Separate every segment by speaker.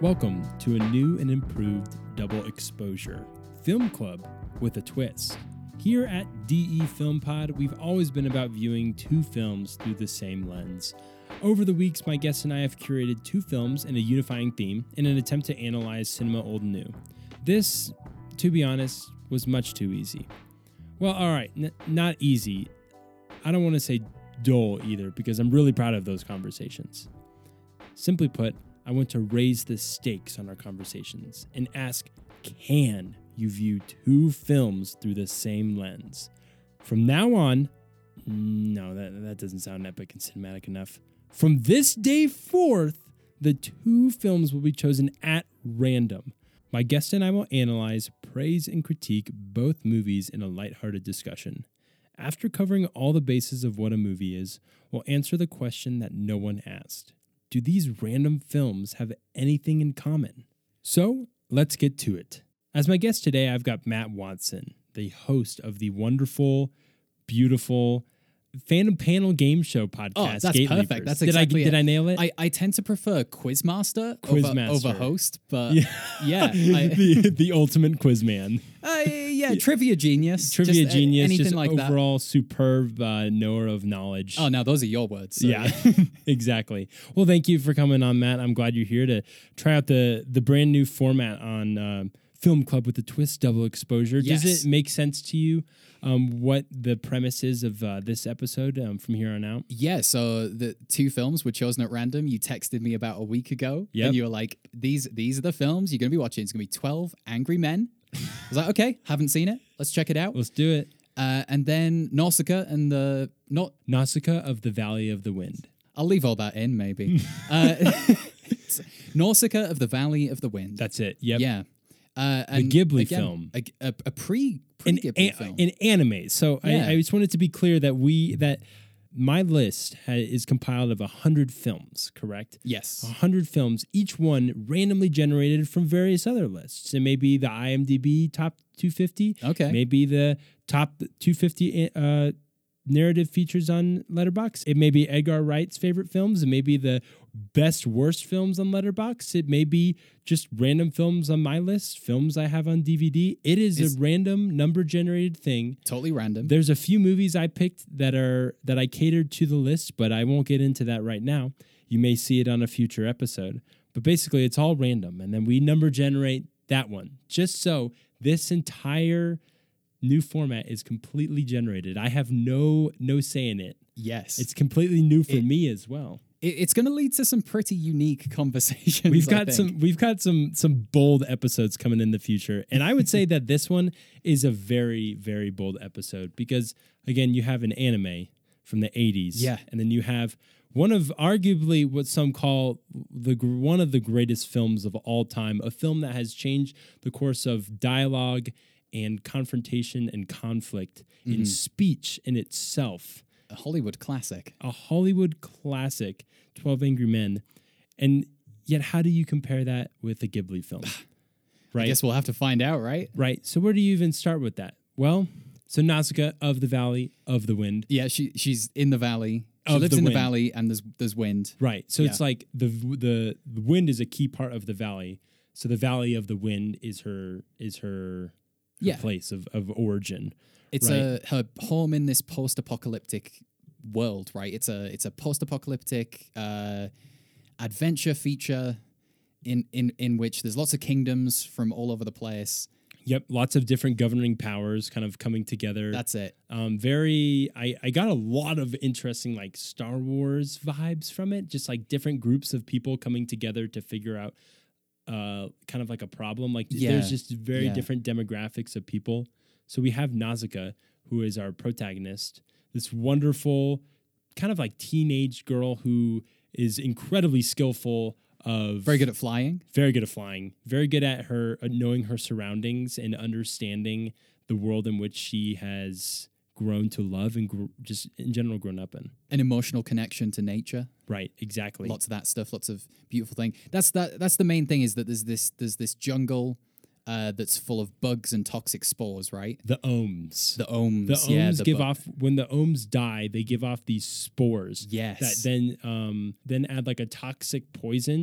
Speaker 1: Welcome to a new and improved Double Exposure Film Club with a twist. Here at DE Film Pod, we've always been about viewing two films through the same lens. Over the weeks, my guests and I have curated two films and a unifying theme in an attempt to analyze cinema old and new. This, to be honest, was much too easy. Well, all right, n- not easy. I don't want to say dull either because I'm really proud of those conversations. Simply put, I want to raise the stakes on our conversations and ask can you view two films through the same lens? From now on, no, that, that doesn't sound epic and cinematic enough. From this day forth, the two films will be chosen at random. My guest and I will analyze, praise, and critique both movies in a lighthearted discussion. After covering all the bases of what a movie is, we'll answer the question that no one asked Do these random films have anything in common? So let's get to it. As my guest today, I've got Matt Watson, the host of the wonderful, beautiful Phantom Panel Game Show podcast.
Speaker 2: Oh, that's
Speaker 1: Gate
Speaker 2: perfect.
Speaker 1: Leapers.
Speaker 2: That's
Speaker 1: did I,
Speaker 2: exactly
Speaker 1: did
Speaker 2: it.
Speaker 1: I nail it?
Speaker 2: I, I tend to prefer Quizmaster,
Speaker 1: Quizmaster.
Speaker 2: Over, over host, but
Speaker 1: Yeah.
Speaker 2: yeah, yeah, I,
Speaker 1: the, the ultimate quiz man.
Speaker 2: I- yeah, trivia genius,
Speaker 1: Trivia
Speaker 2: just, uh,
Speaker 1: genius,
Speaker 2: anything
Speaker 1: just
Speaker 2: like that.
Speaker 1: overall superb uh, knower of knowledge.
Speaker 2: Oh, now those are your words. so
Speaker 1: yeah, exactly. Well, thank you for coming on, Matt. I'm glad you're here to try out the the brand new format on um, Film Club with the twist double exposure. Does
Speaker 2: Yes.
Speaker 1: it make sense to you um, what the premise is of uh, this episode um, from here on out?
Speaker 2: Yeah, so the two films were chosen at random. You texted me about a week ago,
Speaker 1: Yep.
Speaker 2: and you were like, "These these are the films you're going to be watching. It's going to be Twelve Angry Men." I was like, "Okay, haven't seen it. Let's check it out."
Speaker 1: Let's do it.
Speaker 2: Uh, and then Nausicaa and the not.
Speaker 1: Nausicaa of the Valley of the Wind.
Speaker 2: I'll leave all that in, maybe. uh, it's Nausicaa of the Valley of the Wind.
Speaker 1: That's it. Yep.
Speaker 2: Yeah. Uh, and
Speaker 1: Ghibli film.
Speaker 2: A, a, a pre pre
Speaker 1: an,
Speaker 2: Ghibli
Speaker 1: an,
Speaker 2: film.
Speaker 1: an anime. So
Speaker 2: Yeah.
Speaker 1: I, I just wanted to be clear that we that my list ha- is compiled of hundred films, correct?
Speaker 2: yes.
Speaker 1: 100 films, each one randomly generated from various other lists. It may be the IMDb top 250.
Speaker 2: Okay.
Speaker 1: May be the top 250 uh, narrative features on Letterbox. It may be Edgar Wright's favorite films. It may be the best worst films on Letterbox. It may be just random films on my list, films I have on DVD. It is
Speaker 2: Is-
Speaker 1: a random number generated thing.
Speaker 2: Totally random.
Speaker 1: There's a few movies I picked that are that I catered to the list, but I won't get into that right now. You may see it on a future episode. But basically, it's all random, and then we number generate that one just so this entire new format is completely generated. I have no no say in it.
Speaker 2: yes. It's
Speaker 1: It's completely new for
Speaker 2: It-
Speaker 1: me as well.
Speaker 2: it, it's going to lead to some pretty unique conversations.
Speaker 1: We've
Speaker 2: I
Speaker 1: got
Speaker 2: think.
Speaker 1: some we've got some some bold episodes coming in the future. And I would say that this one is a very very bold episode because again, you have an anime from the 80s.
Speaker 2: Yeah.
Speaker 1: And then you have one of arguably what some call the gr- one of the greatest films of all time, a film that has changed the course of dialogue and confrontation and conflict
Speaker 2: Mm-hmm.
Speaker 1: in speech in itself
Speaker 2: a Hollywood classic.
Speaker 1: a Hollywood classic, 12 Angry Men. And yet, how do you compare that with a Ghibli film?
Speaker 2: I
Speaker 1: right?
Speaker 2: guess we'll have to find out, right?
Speaker 1: Right. So, where do you even start with that? Well, so Nausicaa of the Valley of the Wind.
Speaker 2: Yeah, she she's in the valley. She
Speaker 1: Of
Speaker 2: lives
Speaker 1: the
Speaker 2: in
Speaker 1: wind.
Speaker 2: the valley, and there's there's wind.
Speaker 1: Right. So, it's like the, the the wind is a key part of the valley. So the valley of the wind is her is her, her
Speaker 2: Yeah.
Speaker 1: place of, of origin.
Speaker 2: It's
Speaker 1: Right.
Speaker 2: a her home in this post-apocalyptic world, right? It's a it's a post-apocalyptic uh, adventure feature in in in which there's lots of kingdoms from all over the place.
Speaker 1: Yep, lots of different governing powers kind of coming together.
Speaker 2: That's it.
Speaker 1: um very i i got a lot of interesting like star wars vibes from it just like different groups of people coming together to figure out uh kind of like a problem like
Speaker 2: Yeah,
Speaker 1: there's just very
Speaker 2: yeah.
Speaker 1: different demographics of people so we have nausicaa who is our protagonist this wonderful kind of like teenage girl who is incredibly skillful of
Speaker 2: Very good at flying.
Speaker 1: very good at flying, very good at her uh, knowing her surroundings and understanding the world in which she has grown to love and gr- just in general grown up in.
Speaker 2: an emotional connection to nature.
Speaker 1: Right, exactly.
Speaker 2: Lots of that stuff, lots of beautiful thing. That's that that's the main thing is that there's this there's this jungle uh, that's full of bugs and toxic spores, right?
Speaker 1: The ohms.
Speaker 2: The ohms.
Speaker 1: The ohms
Speaker 2: yeah, the
Speaker 1: give
Speaker 2: bu-
Speaker 1: off when the ohms die, they give off these spores
Speaker 2: Yes.
Speaker 1: that then um then add like a toxic poison.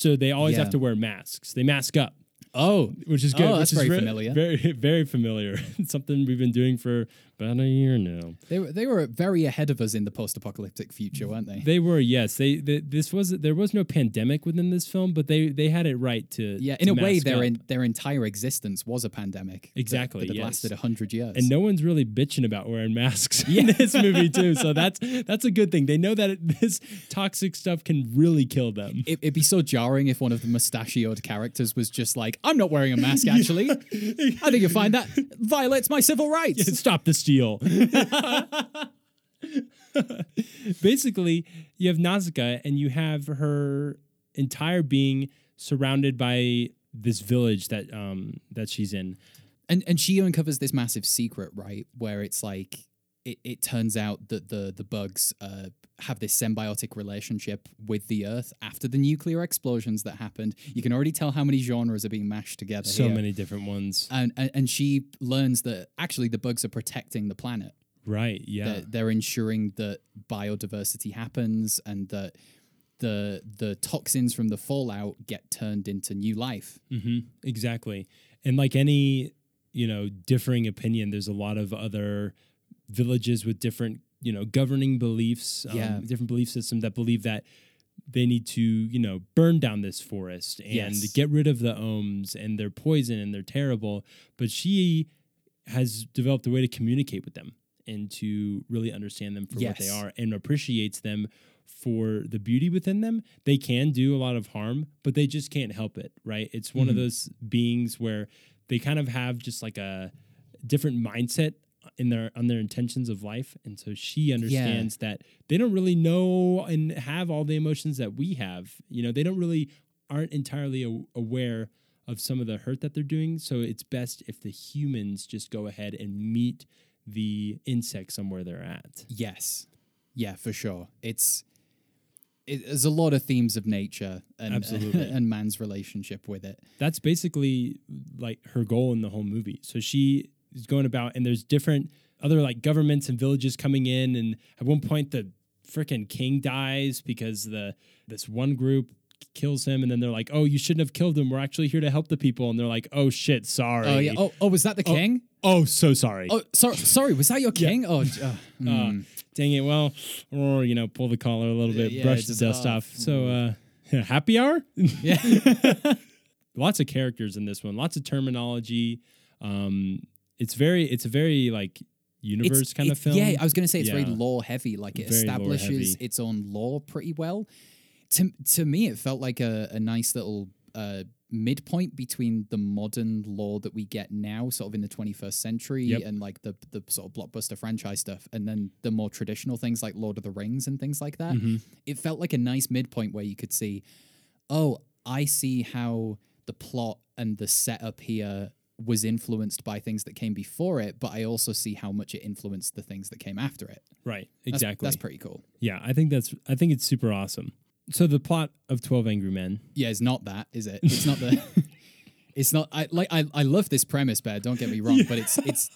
Speaker 1: So they always
Speaker 2: Yeah.
Speaker 1: have to wear masks. They mask up,
Speaker 2: oh,
Speaker 1: which is good.
Speaker 2: Oh,
Speaker 1: which
Speaker 2: that's
Speaker 1: is
Speaker 2: very
Speaker 1: ve-
Speaker 2: familiar.
Speaker 1: Very very familiar. It's something we've been doing for about a year now.
Speaker 2: they were they were very ahead of us in the post-apocalyptic future, weren't they?
Speaker 1: They were yes. They, they this was there was no pandemic within this film, but they they had it right to
Speaker 2: yeah, in
Speaker 1: to
Speaker 2: a way,
Speaker 1: mask
Speaker 2: their
Speaker 1: up.
Speaker 2: en- their entire existence was a pandemic. that-
Speaker 1: Exactly,
Speaker 2: that, had
Speaker 1: yes.
Speaker 2: lasted hundred years.
Speaker 1: and no one's really bitching about wearing masks in this movie too. So that's that's a good thing. They know that it, this toxic stuff can really kill them.
Speaker 2: it, it'd be so jarring if one of the mustachioed characters was just like, "I'm not wearing a mask. Actually, I think you'll find that violates my civil rights."
Speaker 1: Stop the steal. Basically, you have Nausicaa and you have her entire being surrounded by this village that um that she's in.
Speaker 2: and and she uncovers this massive secret right where it's like it, it turns out that the the bugs uh, have this symbiotic relationship with the earth after the nuclear explosions that happened you can already tell how many genres are being mashed together
Speaker 1: So
Speaker 2: here. Uh,
Speaker 1: many different ones.
Speaker 2: and, and and she learns that actually the bugs are protecting the planet
Speaker 1: Right, yeah.
Speaker 2: they're, they're ensuring that biodiversity happens and that the the toxins from the fallout get turned into new life
Speaker 1: hmm Exactly. And like any, you know, differing opinion, there's a lot of other villages with different, you know, governing beliefs, um,
Speaker 2: Yeah.
Speaker 1: different belief system that believe that they need to, you know, burn down this forest and
Speaker 2: Yes.
Speaker 1: get rid of the ohms and they're poison and they're terrible. But she has developed a way to communicate with them and to really understand them for what they
Speaker 2: Yes.
Speaker 1: are and appreciates them for the beauty within them. They can do a lot of harm, but they just can't help it, right? It's one of
Speaker 2: Mhm.
Speaker 1: those beings where they kind of have just like a different mindset in their on their intentions of life and so she understands that they don't really know and have all the emotions that we have you know they don't really aren't entirely a- aware of some of the hurt that they're doing so it's best if the humans just go ahead and meet the insect somewhere they're at
Speaker 2: Yes. Yeah, for sure. It's it, there's a lot of themes of nature and
Speaker 1: Absolutely.
Speaker 2: and man's relationship with it.
Speaker 1: that's basically like her goal in the whole movie. So she is going about, and there's different other like governments and villages coming in, and at one point the freaking king dies because the this one group kills him, and then they're like, "Oh, you shouldn't have killed him. We're actually here to help the people," and they're like, "Oh shit, sorry.
Speaker 2: Oh yeah. Oh, oh was that the king?
Speaker 1: Oh, so sorry.
Speaker 2: Oh, sorry. Sorry, was that your king? Oh, j- uh,
Speaker 1: Uh,
Speaker 2: mm.
Speaker 1: dang it. Well, or you know, pull the collar a little bit,
Speaker 2: Yeah,
Speaker 1: brush the
Speaker 2: just
Speaker 1: dust
Speaker 2: off.
Speaker 1: off. So, uh, happy hour.
Speaker 2: Mm. yeah.
Speaker 1: lots of characters in this one lots of terminology um it's very it's a very like universe
Speaker 2: It's-
Speaker 1: kind of
Speaker 2: it's-
Speaker 1: film
Speaker 2: Yeah, I was going to say it's very
Speaker 1: Yeah.
Speaker 2: law heavy. Like it
Speaker 1: Very lore
Speaker 2: establishes
Speaker 1: heavy.
Speaker 2: its own law pretty well. To to me, it felt like a, a nice little uh, midpoint between the modern law that we get now, sort of in the 21st century,
Speaker 1: Yep.
Speaker 2: and like the the sort of blockbuster franchise stuff, and then the more traditional things like Lord of the Rings and things like that.
Speaker 1: Mhm.
Speaker 2: It felt like a nice midpoint where you could see, oh, I see how the plot and the setup here was influenced by things that came before it, but I also see how much it influenced the things that came after it.
Speaker 1: right
Speaker 2: That's-
Speaker 1: exactly
Speaker 2: That's pretty cool.
Speaker 1: yeah i think that's i think it's super awesome so the plot of 12 angry men
Speaker 2: Yeah, it's not that, is it? It's not the It's not I like I, I love this premise, Bear, don't get me wrong, but it's it's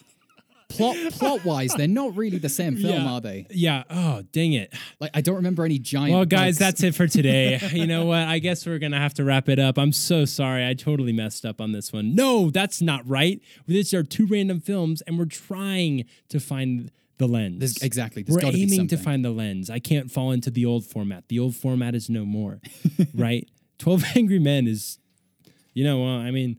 Speaker 2: plot plot wise, they're not really the same film,
Speaker 1: Yeah.
Speaker 2: are they?
Speaker 1: yeah oh dang it
Speaker 2: Like I don't remember any giant
Speaker 1: well guys
Speaker 2: bugs.
Speaker 1: that's it for today you know what i guess we're gonna have to wrap it up i'm so sorry i totally messed up on this one no that's not right these are two random films and we're trying to find the lens
Speaker 2: There's- exactly. There's
Speaker 1: We're
Speaker 2: gotta be
Speaker 1: aiming to
Speaker 2: something.
Speaker 1: find the lens. I can't fall into the old format. The old format is no more, right? 12 Angry Men is, you know, well, I mean,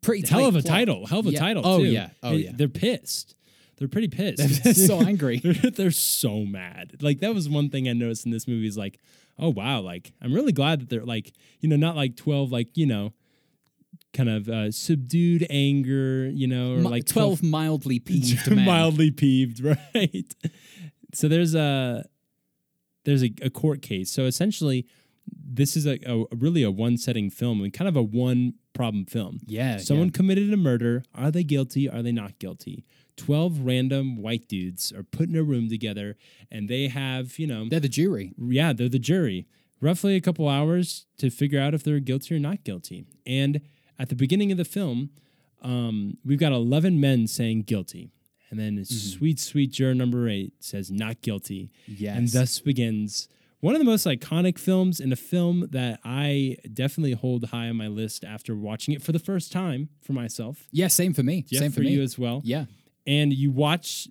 Speaker 2: pretty
Speaker 1: hell
Speaker 2: tight
Speaker 1: of a
Speaker 2: plot.
Speaker 1: title. Hell of a
Speaker 2: Yeah.
Speaker 1: title,
Speaker 2: Oh
Speaker 1: too.
Speaker 2: yeah. Oh
Speaker 1: They-
Speaker 2: yeah.
Speaker 1: They're pissed. They're pretty pissed.
Speaker 2: They're so angry.
Speaker 1: They're, they're so mad. Like, that was one thing I noticed in this movie is like, oh, wow. Like, I'm really glad that they're like, you know, not like 12, like, you know, kind of uh, subdued anger, you know, or
Speaker 2: Mi-
Speaker 1: like 12
Speaker 2: twelve mildly peeved men.
Speaker 1: mildly peeved, right? So there's a there's a, a court case. So essentially, this is a, a really a one setting film and kind of a one problem film.
Speaker 2: Uh, Yeah.
Speaker 1: Someone committed a murder. Are they guilty? Are they not guilty? Twelve random white dudes are put in a room together, and they have you know
Speaker 2: yeah. they're the jury.
Speaker 1: yeah, they're the jury. Roughly a couple hours to figure out if they're guilty or not guilty. And at the beginning of the film, Um, we've got 11 men saying guilty. And then sweet, sweet juror number eight says not guilty.
Speaker 2: Yes.
Speaker 1: And thus begins one of the most iconic films and a film that I definitely hold high on my list after watching it for the first time for myself.
Speaker 2: yeah, same for me.
Speaker 1: Yeah,
Speaker 2: same for,
Speaker 1: for
Speaker 2: me.
Speaker 1: you as well.
Speaker 2: yeah.
Speaker 1: And you watch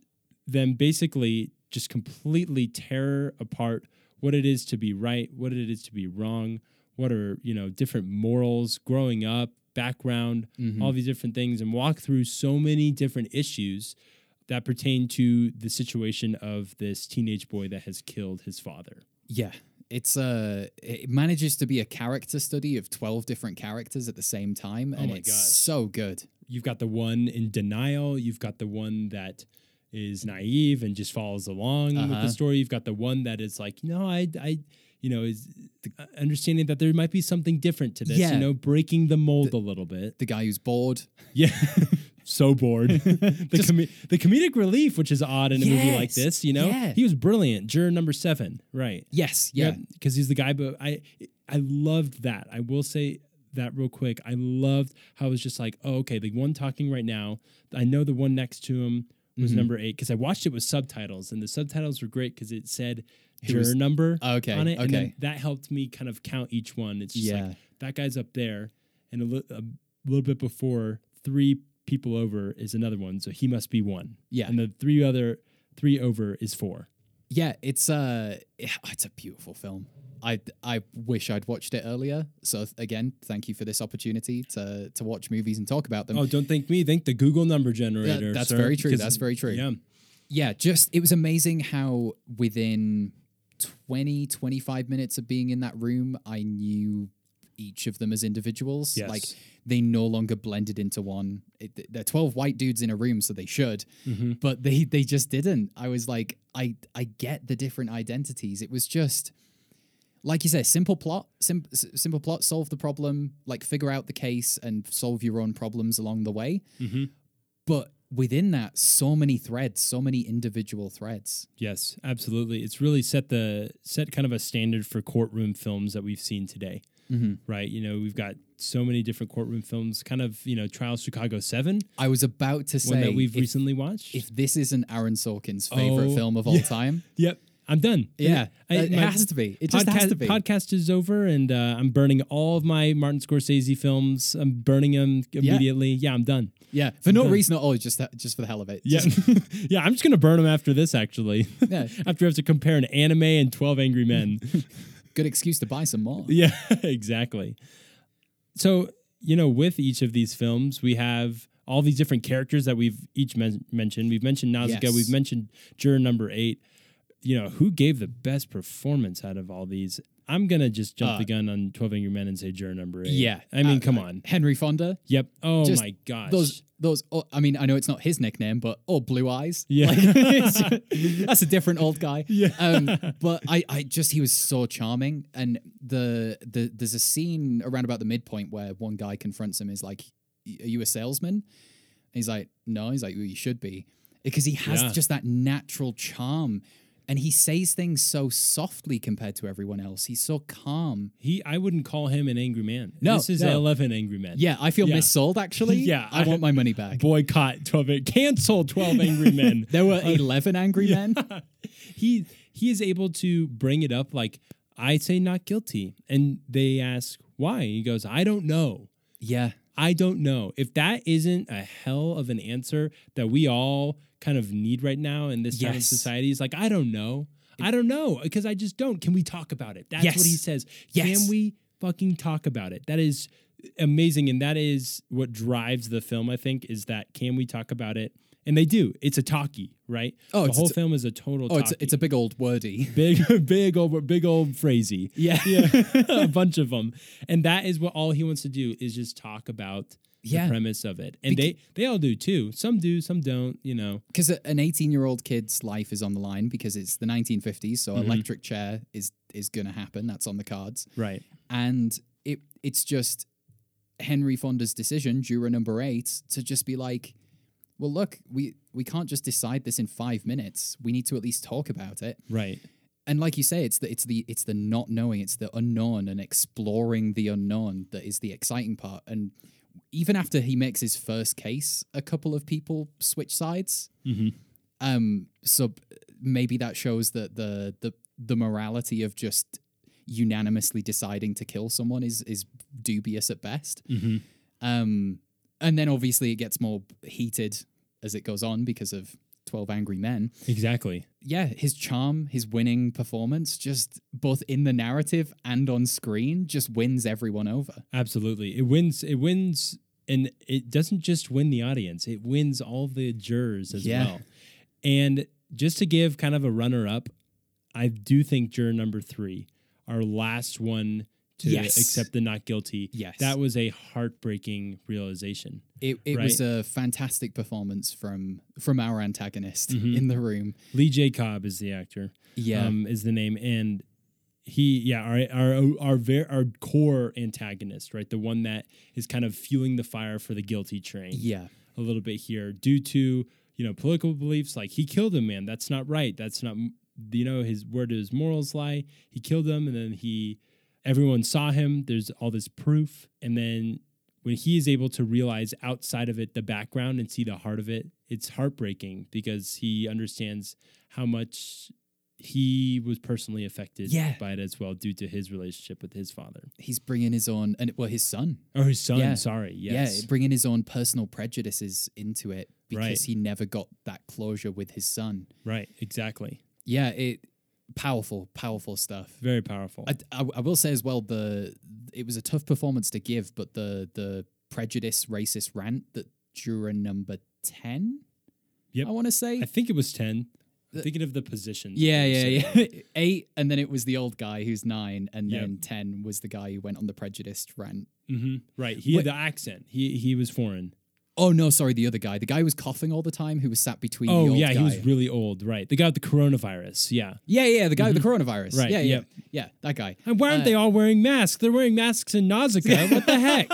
Speaker 1: them basically just completely tear apart what it is to be right, what it is to be wrong, what are, you know, different morals, growing up, background,
Speaker 2: Mhm.
Speaker 1: all these different things and walk through so many different issues that pertain to the situation of this teenage boy that has killed his father.
Speaker 2: Yeah. It's uh it manages to be a character study of 12 different characters at the same time
Speaker 1: Oh
Speaker 2: and
Speaker 1: my
Speaker 2: it's
Speaker 1: God.
Speaker 2: so good.
Speaker 1: You've got the one in denial, you've got the one that is naive and just follows along with
Speaker 2: Uh-huh.
Speaker 1: the story. You've got the one that is like, you know, I I you know, is uh, understanding that there might be something different to this,
Speaker 2: Yeah.
Speaker 1: you know, breaking the mold a little bit.
Speaker 2: The guy who's bored.
Speaker 1: Yeah. so bored. the,
Speaker 2: Just-
Speaker 1: comi- the comedic relief, which is odd in a movie like
Speaker 2: Yes,
Speaker 1: this, you know?
Speaker 2: yeah.
Speaker 1: He was brilliant. Juror number seven. Right.
Speaker 2: Yes, yeah.
Speaker 1: Because he's the guy, but I I loved that. I will say that real quick. I loved how it was just like, oh, okay, the one talking right now, I know the one next to him was
Speaker 2: Mhm.
Speaker 1: number eight because I watched it with subtitles and the subtitles were great because it said
Speaker 2: It
Speaker 1: juror
Speaker 2: was- Oh,
Speaker 1: number
Speaker 2: Okay,
Speaker 1: on it. And then
Speaker 2: okay.
Speaker 1: that helped me kind of count each one. It's just like,
Speaker 2: Yeah.
Speaker 1: that guy's up there, and a, li- a little bit before three people over is another one, so he must be one.
Speaker 2: Yeah.
Speaker 1: and the three other three over is four.
Speaker 2: Yeah, it's uh it's a beautiful film. I I wish I'd watched it earlier. So th- again, thank you for this opportunity to to watch movies and talk about them.
Speaker 1: Oh, don't thank me, thank the Google number generator.
Speaker 2: that's
Speaker 1: sir,
Speaker 2: very true,
Speaker 1: because-
Speaker 2: that's very true.
Speaker 1: Yeah,
Speaker 2: yeah just it was amazing how within 20 25 minutes of being in that room i knew each of them as individuals
Speaker 1: Yes.
Speaker 2: like they no longer blended into one it, they're 12 white dudes in a room so they should
Speaker 1: Mhm.
Speaker 2: but they they just didn't i was like i i get the different identities it was just like you say simple plot sim- s- simple plot solve the problem like figure out the case and solve your own problems along the way
Speaker 1: Mhm.
Speaker 2: but within that so many threads so many individual threads
Speaker 1: yes, absolutely. It's really set the set kind of a standard for courtroom films that we've seen today.
Speaker 2: Mm-hmm.
Speaker 1: Right, you know, we've got so many different courtroom films, kind of, you know, Trial Chicago 7,
Speaker 2: i was about to
Speaker 1: one
Speaker 2: say
Speaker 1: that we've
Speaker 2: if,
Speaker 1: recently watched.
Speaker 2: if this isn't aaron sorkin's favorite
Speaker 1: Oh,
Speaker 2: film of all
Speaker 1: yeah.
Speaker 2: time
Speaker 1: yep, I'm done.
Speaker 2: yeah
Speaker 1: I-
Speaker 2: it
Speaker 1: my-
Speaker 2: has to be it just
Speaker 1: podcast,
Speaker 2: has to be
Speaker 1: podcast is over, and uh, I'm burning all of my Martin Scorsese films. I'm burning them immediately. Yeah, I'm done.
Speaker 2: yeah for no
Speaker 1: done.
Speaker 2: reason at all just just for the hell of it
Speaker 1: Yeah,
Speaker 2: Just-
Speaker 1: yeah, I'm just gonna burn them after this. Actually,
Speaker 2: yeah,
Speaker 1: after I have to compare an anime and Twelve Angry Men.
Speaker 2: good excuse to buy some more
Speaker 1: yeah, exactly. So you know, with each of these films, we have all these different characters that we've each men- mentioned. We've mentioned Nausicaa.
Speaker 2: Yes.
Speaker 1: We've mentioned Juror Number Eight. You know, who gave the best performance out of all these? I'm gonna just jump
Speaker 2: Uh,
Speaker 1: the gun on Twelve Angry Men and say Juror Number Eight.
Speaker 2: yeah
Speaker 1: I mean,
Speaker 2: uh,
Speaker 1: come
Speaker 2: uh,
Speaker 1: on.
Speaker 2: henry fonda
Speaker 1: Yep. Oh
Speaker 2: Just
Speaker 1: my gosh.
Speaker 2: those those oh, i mean i know it's not his nickname but oh blue eyes
Speaker 1: Yeah.
Speaker 2: Like, it's- that's a different old guy
Speaker 1: Yeah.
Speaker 2: um, but i i just he was so charming and the the there's a scene around about the midpoint where one guy confronts him is like "Y- are you a salesman and he's like no he's like well, you should be because he has
Speaker 1: Yeah.
Speaker 2: just that natural charm and he says things so softly compared to everyone else he's so calm
Speaker 1: he, I wouldn't call him an angry man.
Speaker 2: No,
Speaker 1: this is
Speaker 2: no.
Speaker 1: eleven angry men.
Speaker 2: yeah i feel
Speaker 1: Yeah.
Speaker 2: missold actually
Speaker 1: Yeah,
Speaker 2: i
Speaker 1: I-
Speaker 2: want my money back
Speaker 1: Boycott twelve. Ang- Cancel twelve angry men.
Speaker 2: there were 11 angry men
Speaker 1: he he is able to bring it up like I say not guilty, and they ask why. He goes, I don't know.
Speaker 2: yeah
Speaker 1: I don't know. If that isn't a hell of an answer that we all kind of need right now in this time of
Speaker 2: Yes.
Speaker 1: society, is like, I don't know. I don't know because I just don't. Can we talk about it? That's
Speaker 2: Yes.
Speaker 1: what he says.
Speaker 2: Yes.
Speaker 1: Can we fucking talk about it? That is amazing. And that is what drives the film, I think, is that can we talk about it? And they do. It's a talkie, right?
Speaker 2: Oh,
Speaker 1: the
Speaker 2: it's-
Speaker 1: whole
Speaker 2: it's a-
Speaker 1: film is a total
Speaker 2: Oh,
Speaker 1: talkie.
Speaker 2: it's a, it's a big old wordy.
Speaker 1: big, big old, big old phrasey
Speaker 2: Yeah.
Speaker 1: yeah, a bunch of them. And that is what all he wants to do is just talk about
Speaker 2: Yeah.
Speaker 1: the premise of it. And
Speaker 2: Beca-
Speaker 1: they they all do too. Some do, some don't. You know.
Speaker 2: Because an 18 year old kid's life is on the line because it's the 1950s. So electric chair is is going to happen. That's on the cards.
Speaker 1: Right.
Speaker 2: And it it's just Henry Fonda's decision, juror number eight, to just be like, well, look, we, we can't just decide this in five minutes. We need to at least talk about it.
Speaker 1: Right.
Speaker 2: And like you say, it's the it's the it's the not knowing, it's the unknown and exploring the unknown that is the exciting part. And even after he makes his first case, a couple of people switch sides.
Speaker 1: Mhm.
Speaker 2: Um, so b- maybe that shows that the the the morality of just unanimously deciding to kill someone is is dubious at best.
Speaker 1: Mhm.
Speaker 2: Um, and then obviously it gets more heated as it goes on because of Twelve Angry Men.
Speaker 1: Exactly.
Speaker 2: Yeah, his charm, his winning performance, just both in the narrative and on screen, just wins everyone over.
Speaker 1: Absolutely. It wins it wins and it doesn't just win the audience. It wins all the jurors as
Speaker 2: Yeah.
Speaker 1: well. And just to give kind of a runner up, I do think juror number 3, our last one to
Speaker 2: Yes.
Speaker 1: accept the not guilty.
Speaker 2: Yes.
Speaker 1: That was a heartbreaking realization.
Speaker 2: It, it was a fantastic performance from from our antagonist in the room.
Speaker 1: Lee J. Cobb is the actor.
Speaker 2: Mm-hmm. Yeah.
Speaker 1: um, is the name, and he, yeah, our our our very our core antagonist, right, the one that is kind of fueling the fire for the guilty train
Speaker 2: yeah.
Speaker 1: a little bit here, due to you know political beliefs, like he killed a man, that's not right, that's not you know his where do his morals lie? He killed him, and then he, everyone saw him. There's all this proof, and then. When he is able to realize outside of it the background and see the heart of it, it's heartbreaking because he understands how much he was personally affected
Speaker 2: Yeah.
Speaker 1: by it as well due to his relationship with his father
Speaker 2: He's bringing his own and well his son.
Speaker 1: or his son.
Speaker 2: Yeah.
Speaker 1: Sorry, yes,
Speaker 2: Yeah, bringing his own personal prejudices into it because
Speaker 1: Right.
Speaker 2: he never got that closure with his son.
Speaker 1: right, exactly.
Speaker 2: Yeah, it powerful, powerful stuff.
Speaker 1: Very powerful.
Speaker 2: I, I, I will say as well the it was a tough performance to give, but the the prejudice racist rant that juror number ten,
Speaker 1: Yep.
Speaker 2: I want to say,
Speaker 1: I think it was 10.
Speaker 2: The-
Speaker 1: Thinking of the position.
Speaker 2: yeah, yeah, yeah, eight, and then it was the old guy who's nine, and
Speaker 1: Yep.
Speaker 2: then ten was the guy who went on the prejudiced rant.
Speaker 1: hmm Right. He
Speaker 2: Wait.
Speaker 1: had the accent. He he was foreign.
Speaker 2: Oh no, sorry, the other guy, the guy who was coughing all the time, who was sat between. the
Speaker 1: Oh,
Speaker 2: old
Speaker 1: yeah.
Speaker 2: guy.
Speaker 1: He was really old. Right. The guy with the coronavirus. Yeah.
Speaker 2: Yeah, yeah, the guy with the coronavirus.
Speaker 1: Mm-hmm. Right,
Speaker 2: Yeah, yeah,
Speaker 1: yep.
Speaker 2: yeah, that guy.
Speaker 1: And why aren't
Speaker 2: Uh,
Speaker 1: they all wearing masks? They're wearing masks in Nausicaa. what the heck?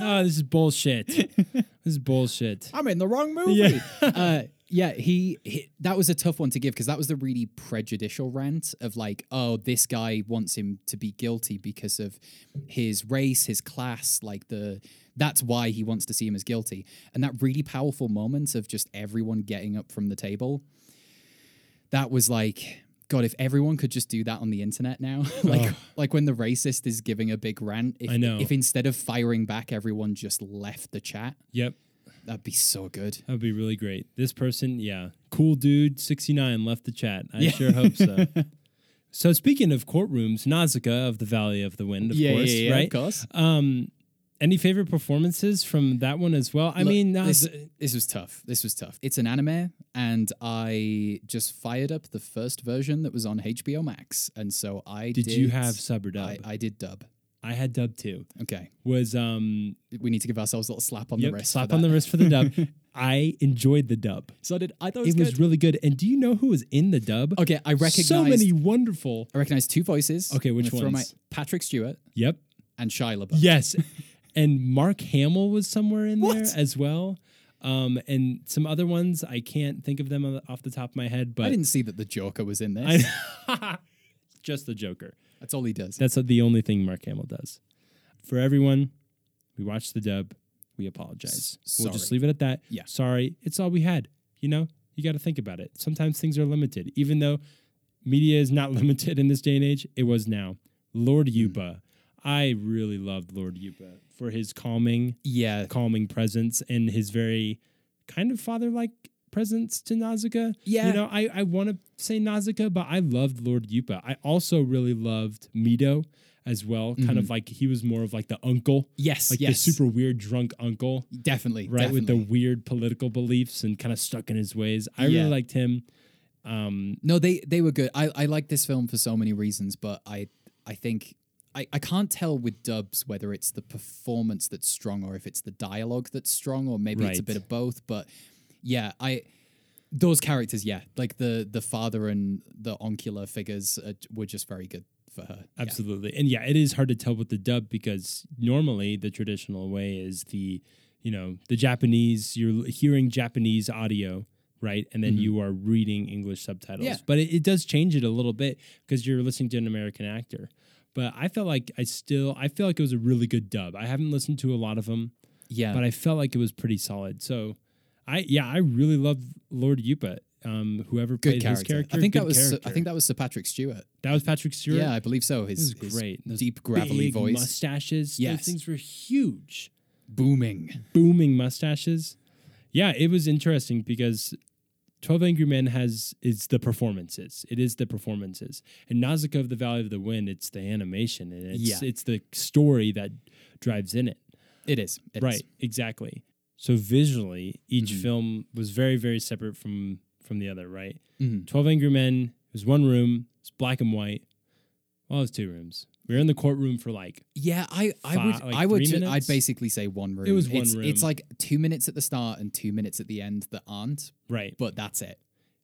Speaker 1: Oh, this is bullshit. this is bullshit.
Speaker 2: I'm in the wrong movie.
Speaker 1: Yeah.
Speaker 2: uh, yeah, he, he that was a tough one to give because that was the really prejudicial rant of like, oh, this guy wants him to be guilty because of his race, his class, like the that's why he wants to see him as guilty. And that really powerful moment of just everyone getting up from the table. That was like God, if everyone could just do that on the internet now, like like when the racist is giving a big rant, if,
Speaker 1: Oh. I know.
Speaker 2: if instead of firing back, everyone just left the chat,
Speaker 1: Yep.
Speaker 2: That'd be so good.
Speaker 1: That would be really great. This person, yeah, cool dude, 69, left the chat. I
Speaker 2: Yeah.
Speaker 1: sure hope so. so, speaking of courtrooms, Nausicaa of the Valley of the Wind, of course, right?
Speaker 2: Of course.
Speaker 1: Um, any favorite performances from that one as well? I
Speaker 2: Look,
Speaker 1: mean,
Speaker 2: this,
Speaker 1: Naus-
Speaker 2: this was tough. This was tough. It's an anime, and I just fired up the first version that was on HBO Max, and so I
Speaker 1: did
Speaker 2: did.
Speaker 1: you have sub or dub?
Speaker 2: I,
Speaker 1: I,
Speaker 2: I did dub.
Speaker 1: had dub too.
Speaker 2: Okay,
Speaker 1: Was um
Speaker 2: we need to give ourselves a little slap on
Speaker 1: yep,
Speaker 2: the wrist.
Speaker 1: slap
Speaker 2: for
Speaker 1: on
Speaker 2: that.
Speaker 1: the wrist for the dub. I enjoyed the dub.
Speaker 2: So I did. I thought it was,
Speaker 1: It was
Speaker 2: good.
Speaker 1: really good. And do you know who was in the dub?
Speaker 2: okay, I recognize.
Speaker 1: so many wonderful.
Speaker 2: I recognize two voices.
Speaker 1: Okay,
Speaker 2: I'm
Speaker 1: which
Speaker 2: gonna throw my-
Speaker 1: ones?
Speaker 2: Patrick Stewart
Speaker 1: Yep.
Speaker 2: and Shia LaBeouf.
Speaker 1: Yes. and Mark Hamill was somewhere in there
Speaker 2: What?
Speaker 1: as well. Um, and some other ones I can't think of them on the- off the top of my head,
Speaker 2: I
Speaker 1: but
Speaker 2: didn't see that the Joker was in this.
Speaker 1: I- just the Joker.
Speaker 2: That's all he does.
Speaker 1: That's the only thing Mark Hamill does. For everyone, we watched the dub. We apologize.
Speaker 2: S-
Speaker 1: We'll just
Speaker 2: sorry.
Speaker 1: leave it at that.
Speaker 2: Yeah.
Speaker 1: Sorry. It's all we had. You know, you got to think about it. Sometimes things are limited, even though media is not limited in this day and age. It was now. Lord
Speaker 2: Mm-hmm.
Speaker 1: Yupa. I really loved Lord Yupa for his calming,
Speaker 2: Yeah,
Speaker 1: calming presence and his very kind of father like presence to Nausicaa.
Speaker 2: yeah.
Speaker 1: You know, I, I want to say Nausicaa, but I loved Lord Yupa. I also really loved Mido as well. Kind of like he was more of like the uncle,
Speaker 2: yes,
Speaker 1: like
Speaker 2: Mm-hmm. yes.
Speaker 1: the super weird drunk uncle,
Speaker 2: definitely
Speaker 1: right? With the
Speaker 2: definitely.
Speaker 1: weird political beliefs and kind of stuck in his ways. I
Speaker 2: Yeah.
Speaker 1: really liked him. Um,
Speaker 2: No, they they were good. I, I like this film for so many reasons, but I I think I, I can't tell with dubs whether it's the performance that's strong or if it's the dialogue that's strong or maybe it's a
Speaker 1: Right.
Speaker 2: bit of both. But yeah, I those characters, yeah, like the the father and the oncular figures uh, were just very good for her. Yeah.
Speaker 1: absolutely. And yeah, it is hard to tell with the dub because normally the traditional way is the, you know, the Japanese, you're l- hearing Japanese audio. Right, and then
Speaker 2: Mhm.
Speaker 1: you are reading English subtitles,
Speaker 2: Yeah.
Speaker 1: but it, it does change it a little bit because you're listening to an American actor. But I felt like I still, I feel like it was a really good dub. I haven't listened to a lot of them.
Speaker 2: Yeah.
Speaker 1: but I felt like it was pretty solid. So, I yeah, I really love Lord Yupa. Um, whoever
Speaker 2: good
Speaker 1: played
Speaker 2: character.
Speaker 1: his character,
Speaker 2: I think that
Speaker 1: good
Speaker 2: was Sir- I
Speaker 1: character.
Speaker 2: think that was Sir Patrick Stewart.
Speaker 1: that was Patrick Stewart.
Speaker 2: Yeah, I believe so. His,
Speaker 1: was
Speaker 2: his
Speaker 1: great. Those
Speaker 2: deep gravelly
Speaker 1: Big
Speaker 2: voice,
Speaker 1: mustaches.
Speaker 2: Yes.
Speaker 1: Those things were huge,
Speaker 2: booming.
Speaker 1: booming mustaches. Yeah, it was interesting because Twelve Angry Men has is the performances. It is the performances, and Nausicaa of the Valley of the Wind. It's the animation, and it's
Speaker 2: Yeah.
Speaker 1: it's the story that drives in it.
Speaker 2: It is it is.
Speaker 1: right, exactly. So visually, each
Speaker 2: Mhm.
Speaker 1: film was very very separate from from the other. Right,
Speaker 2: Mhm.
Speaker 1: Twelve Angry Men it was one room. It's black and white. Well, it was two rooms. We were in the courtroom for like
Speaker 2: Yeah, I, I would
Speaker 1: Fi- like
Speaker 2: I would
Speaker 1: three
Speaker 2: t- I'd
Speaker 1: minutes?
Speaker 2: basically say one room.
Speaker 1: was one
Speaker 2: it's,
Speaker 1: room.
Speaker 2: It's like two minutes at the start and two minutes at the end that aren't,
Speaker 1: right.
Speaker 2: but that's it.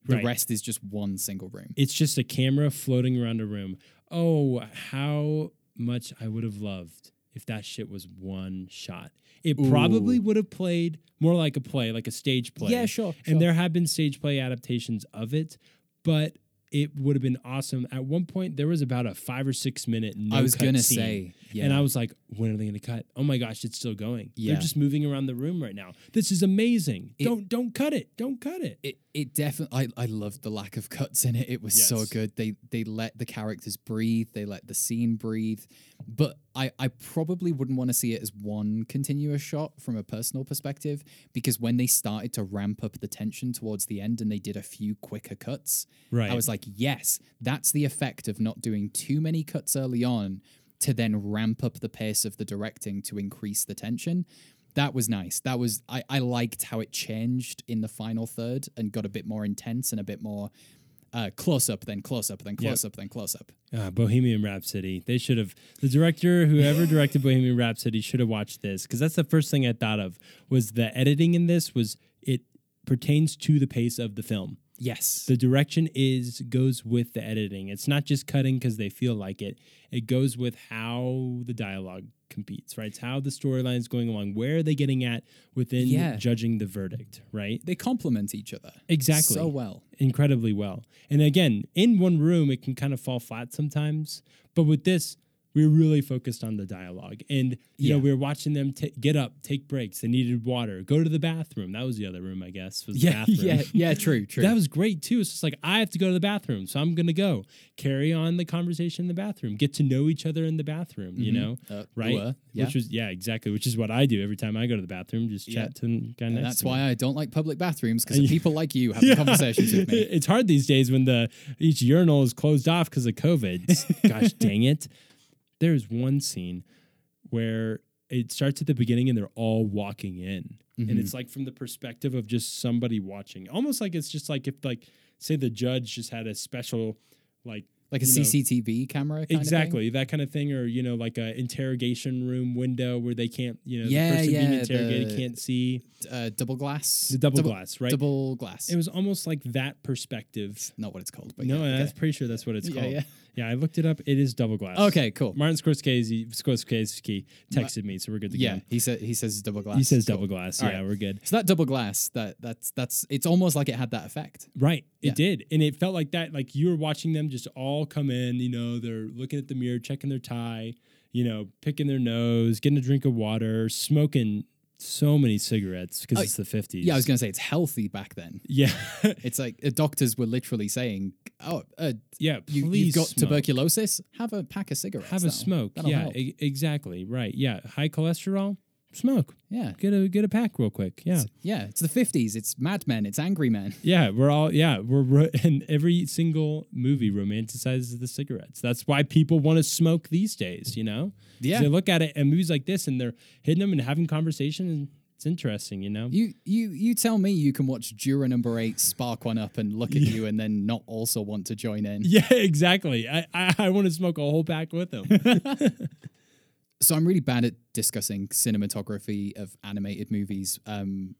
Speaker 2: The
Speaker 1: Right.
Speaker 2: rest is just one single room.
Speaker 1: It's just a camera floating around a room. Oh, how much I would have loved if that shit was one shot. It probably
Speaker 2: Ooh.
Speaker 1: would have played more like a play, like a stage play.
Speaker 2: Yeah, sure. sure.
Speaker 1: And there have been stage play adaptations of it, but it would have been awesome. At one point, there was about a five or six minute. No
Speaker 2: I was
Speaker 1: cut
Speaker 2: gonna
Speaker 1: scene.
Speaker 2: say, yeah,
Speaker 1: And I was like, when are they going to cut? Oh my gosh, it's still going.
Speaker 2: Yeah.
Speaker 1: They're just moving around the room right now. This is amazing.
Speaker 2: It-
Speaker 1: don't don't cut it. Don't cut it.
Speaker 2: it it definitely I, I loved the lack of cuts in it. It was so
Speaker 1: Yes.
Speaker 2: good. They they let the characters breathe, they let the scene breathe. But I I probably wouldn't want to see it as one continuous shot from a personal perspective because when they started to ramp up the tension towards the end and they did a few quicker cuts,
Speaker 1: Right.
Speaker 2: I was like, "Yes, that's the effect of not doing too many cuts early on." To then ramp up the pace of the directing to increase the tension that was nice. That was I, I liked how it changed in the final third and got a bit more intense and a bit more uh, close up, then close up, then close up, then close up.
Speaker 1: Ah, Bohemian Rhapsody. They should have the director, whoever directed Bohemian Rhapsody, should have watched this because that's the first thing I thought of was the editing in this was it pertains to the pace of the film.
Speaker 2: Yes.
Speaker 1: The direction is goes with the editing. It's not just cutting because they feel like it. It goes with how the dialogue competes, right? It's how the storyline is going along. Where are they getting at within
Speaker 2: Yeah.
Speaker 1: judging the verdict, right?
Speaker 2: they complement each other
Speaker 1: Exactly
Speaker 2: so well.
Speaker 1: incredibly well. And again, in one room, it can kind of fall flat sometimes. But with this, we were really focused on the dialogue. And, you know,
Speaker 2: Yeah.
Speaker 1: we were watching them ta get up, take breaks. They needed water, go to the bathroom. That was the other room, I guess, was
Speaker 2: Yeah,
Speaker 1: the bathroom.
Speaker 2: yeah, yeah. True, true.
Speaker 1: That was great too. It's just like I have to go to the bathroom, so I'm gonna go carry on the conversation in the bathroom, get to know each other in the bathroom, you
Speaker 2: Mhm.
Speaker 1: know,
Speaker 2: Uh,
Speaker 1: right?
Speaker 2: were, yeah.
Speaker 1: Which was yeah, exactly. Which is what I do every time I go to the bathroom, just
Speaker 2: Yeah.
Speaker 1: chat to the guy
Speaker 2: and
Speaker 1: next
Speaker 2: that's
Speaker 1: to me.
Speaker 2: why I don't like public bathrooms because
Speaker 1: Yeah.
Speaker 2: people like you having
Speaker 1: Yeah.
Speaker 2: conversations with me.
Speaker 1: It's hard these days when the each urinal is closed off because of COVID. Gosh dang it. There's one scene where it starts at the beginning and they're all walking in. And
Speaker 2: Mhm.
Speaker 1: it's like from the perspective of just somebody watching. Almost like it's just like if like say the judge just had a special like
Speaker 2: Like a
Speaker 1: you know,
Speaker 2: CCTV camera. Kind
Speaker 1: exactly that kind of thing or you know like a interrogation room window where they can't you know
Speaker 2: Yeah,
Speaker 1: the person being
Speaker 2: yeah,
Speaker 1: interrogated
Speaker 2: the-
Speaker 1: can't see
Speaker 2: Of thing? Uh, double glass.
Speaker 1: the double, glass right
Speaker 2: Double glass.
Speaker 1: it was almost like that perspective
Speaker 2: Not what it's called, but
Speaker 1: no,
Speaker 2: yeah,
Speaker 1: I'm
Speaker 2: okay.
Speaker 1: pretty sure that's what it's
Speaker 2: Yeah,
Speaker 1: called.
Speaker 2: yeah.
Speaker 1: Yeah. I looked it up. It is double glass.
Speaker 2: Okay, cool.
Speaker 1: Martin Scorsese, Scorsese texted me, so we're good to
Speaker 2: Yeah,
Speaker 1: go.
Speaker 2: he said he says double glass.
Speaker 1: He says
Speaker 2: Cool.
Speaker 1: double glass.
Speaker 2: All
Speaker 1: yeah,
Speaker 2: right.
Speaker 1: we're good.
Speaker 2: So that double glass, that that's that's it's almost like it had that effect.
Speaker 1: Right. It
Speaker 2: Yeah.
Speaker 1: did. And it felt like that. Like you were watching them just all come in, you know, they're looking at the mirror, checking their tie, you know, picking their nose, getting a drink of water, smoking so many cigarettes because
Speaker 2: Oh,
Speaker 1: it's the 50s.
Speaker 2: Yeah, I was gonna say it's healthy back then.
Speaker 1: Yeah.
Speaker 2: It's like uh, doctors were literally saying, "Oh, uh,
Speaker 1: yeah.
Speaker 2: you,
Speaker 1: please
Speaker 2: you've got
Speaker 1: smoke.
Speaker 2: tuberculosis. Have a pack of cigarettes.
Speaker 1: Have a
Speaker 2: that'll-
Speaker 1: smoke.
Speaker 2: that'll
Speaker 1: Yeah,
Speaker 2: help."
Speaker 1: e- exactly. Right. Yeah. High cholesterol, smoke.
Speaker 2: yeah,
Speaker 1: Get a get a pack real quick. Yeah.
Speaker 2: yeah. It's the fifties. It's Mad Men. It's Angry Men.
Speaker 1: Yeah, we're all yeah, we're ro- and every single movie romanticizes the cigarettes. That's why people want to smoke these days, you know? 'Cause
Speaker 2: Yeah.
Speaker 1: They look at it and movies like this and they're hitting them and having conversation and it's interesting, you know.
Speaker 2: You you you tell me you can watch Jura Number Eight spark one up and look at you and then not also want to join in.
Speaker 1: Yeah, exactly. I I, I want to smoke a whole pack with them.
Speaker 2: so I'm really bad at discussing cinematography of animated movies um,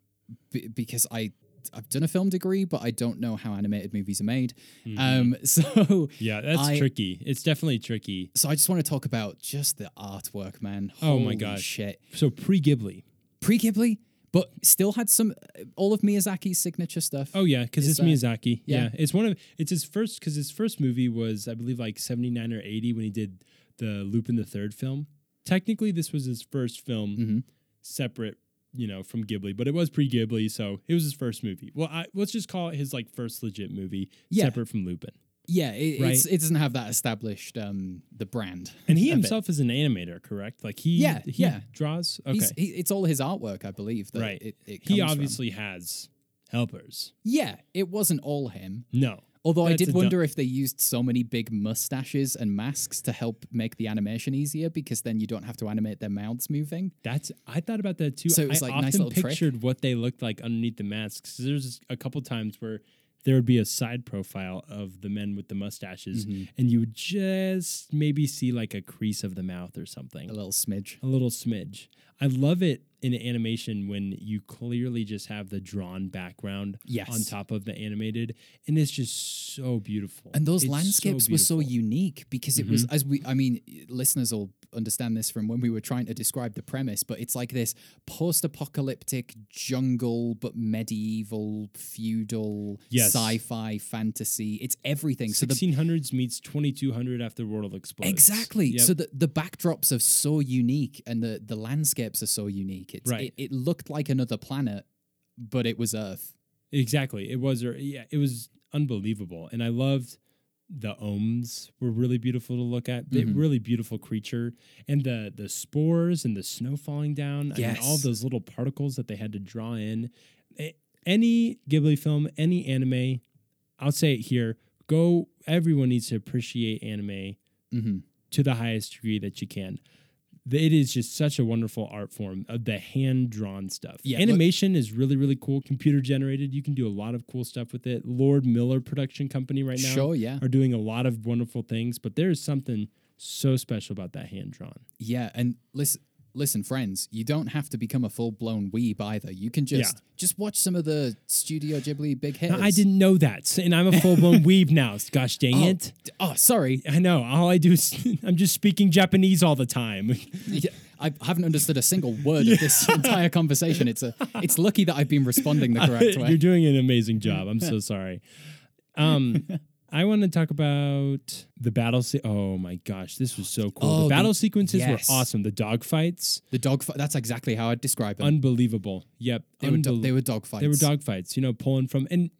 Speaker 2: b- because I I've done a film degree, but I don't know how animated movies are made.
Speaker 1: Mm-hmm.
Speaker 2: Um, so
Speaker 1: yeah, that's
Speaker 2: I-
Speaker 1: tricky. It's definitely tricky.
Speaker 2: so I just want to talk about just the artwork, man.
Speaker 1: Oh my
Speaker 2: Holy
Speaker 1: gosh.
Speaker 2: shit!
Speaker 1: So pre-Ghibli.
Speaker 2: Pre Ghibli, but still had some all of Miyazaki's signature stuff.
Speaker 1: Oh yeah, because
Speaker 2: Is
Speaker 1: it's
Speaker 2: that-
Speaker 1: Miyazaki. Yeah.
Speaker 2: yeah.
Speaker 1: it's one of it's his first because his first movie was I believe like seventy nine or eighty when he did the Lupin the Third film. Technically, this was his first film
Speaker 2: Mhm.
Speaker 1: separate you know, from Ghibli, but it was pre Ghibli, so it was his first movie. Well, I, let's just call it his like first legit movie,
Speaker 2: Yeah.
Speaker 1: separate from Lupin.
Speaker 2: Yeah, it,
Speaker 1: Right.
Speaker 2: it's, it doesn't have that established um the brand.
Speaker 1: And he
Speaker 2: of it.
Speaker 1: himself is an animator, correct? Like he,
Speaker 2: Yeah,
Speaker 1: he
Speaker 2: yeah.
Speaker 1: draws. Okay,
Speaker 2: He's, he, it's all his artwork, I believe. That
Speaker 1: Right.
Speaker 2: It, it
Speaker 1: he
Speaker 2: comes from.
Speaker 1: obviously has helpers.
Speaker 2: Yeah, it wasn't all him.
Speaker 1: No,
Speaker 2: Although I
Speaker 1: That's a
Speaker 2: did
Speaker 1: dumb-
Speaker 2: wonder if they used so many big mustaches and masks to help make the animation easier, because then you don't have to animate their mouths moving.
Speaker 1: That's I thought about that too.
Speaker 2: So it was
Speaker 1: I
Speaker 2: like
Speaker 1: often
Speaker 2: nice little trick.
Speaker 1: pictured what they looked like underneath the masks. There's a couple times where there would be a side profile of the men with the mustaches,
Speaker 2: Mm-hmm.
Speaker 1: and you would just maybe see like a crease of the mouth or something,
Speaker 2: A little smidge.
Speaker 1: a little smidge. I love it in animation when you clearly just have the drawn background
Speaker 2: Yes.
Speaker 1: on top of the animated, and it's just so beautiful.
Speaker 2: And those
Speaker 1: It's so
Speaker 2: landscapes were so
Speaker 1: beautiful. Mm-hmm.
Speaker 2: unique because it was as we I mean listeners will understand this from when we were trying to describe the premise, but it's like this post-apocalyptic jungle but medieval feudal
Speaker 1: Yes.
Speaker 2: sci-fi fantasy. It's everything. So the
Speaker 1: 1600s meets 2200 after World Explodes.
Speaker 2: Exactly.
Speaker 1: Yep.
Speaker 2: So the, the backdrops are so unique and the, the landscapes are so unique. It's,
Speaker 1: Right.
Speaker 2: it, it looked like another planet, but it was Earth.
Speaker 1: Exactly. It was or yeah, it was unbelievable. And I loved the ohms were really beautiful to look at. They
Speaker 2: Mhm.
Speaker 1: really beautiful creature. And the the spores and the snow falling down. I mean, all
Speaker 2: Yes.
Speaker 1: those little particles that they had to draw in. A- Any Ghibli film, any anime, I'll say it here. Go everyone needs to appreciate anime
Speaker 2: hmm
Speaker 1: to the highest degree that you can. Th- It is just such a wonderful art form of the hand drawn stuff.
Speaker 2: Yeah, look-
Speaker 1: Animation is really, really cool. Computer generated, you can do a lot of cool stuff with it. Lord Miller Production Company right now
Speaker 2: Sure. Yeah.
Speaker 1: are doing a lot of wonderful things, but there is something so special about that hand drawn.
Speaker 2: Yeah. And listen, listen, friends, you don't have to become a full blown weeb either. You can just, just watch some of the Studio Ghibli big hits.
Speaker 1: Now, I didn't know that, and I'm a full blown weeb now. Gosh dang
Speaker 2: Oh,
Speaker 1: it.
Speaker 2: d- oh, sorry.
Speaker 1: I know. All I do is I'm just speaking Japanese all the time.
Speaker 2: Yeah, I haven't understood a single word of this entire conversation. It's a, it's lucky that I've been responding the correct way.
Speaker 1: You're doing an amazing job. I'm so sorry. Um, I want to talk about the battle. Se- oh my gosh, this was so cool.
Speaker 2: Oh,
Speaker 1: the
Speaker 2: the-
Speaker 1: battle sequences
Speaker 2: yes.
Speaker 1: were awesome. The dog fights,
Speaker 2: The dog, fi- that's exactly how I'd describe it.
Speaker 1: unbelievable. Yep,
Speaker 2: they, were do-
Speaker 1: unbel-
Speaker 2: they were dog fights.
Speaker 1: they were dog fights. You know, pulling from and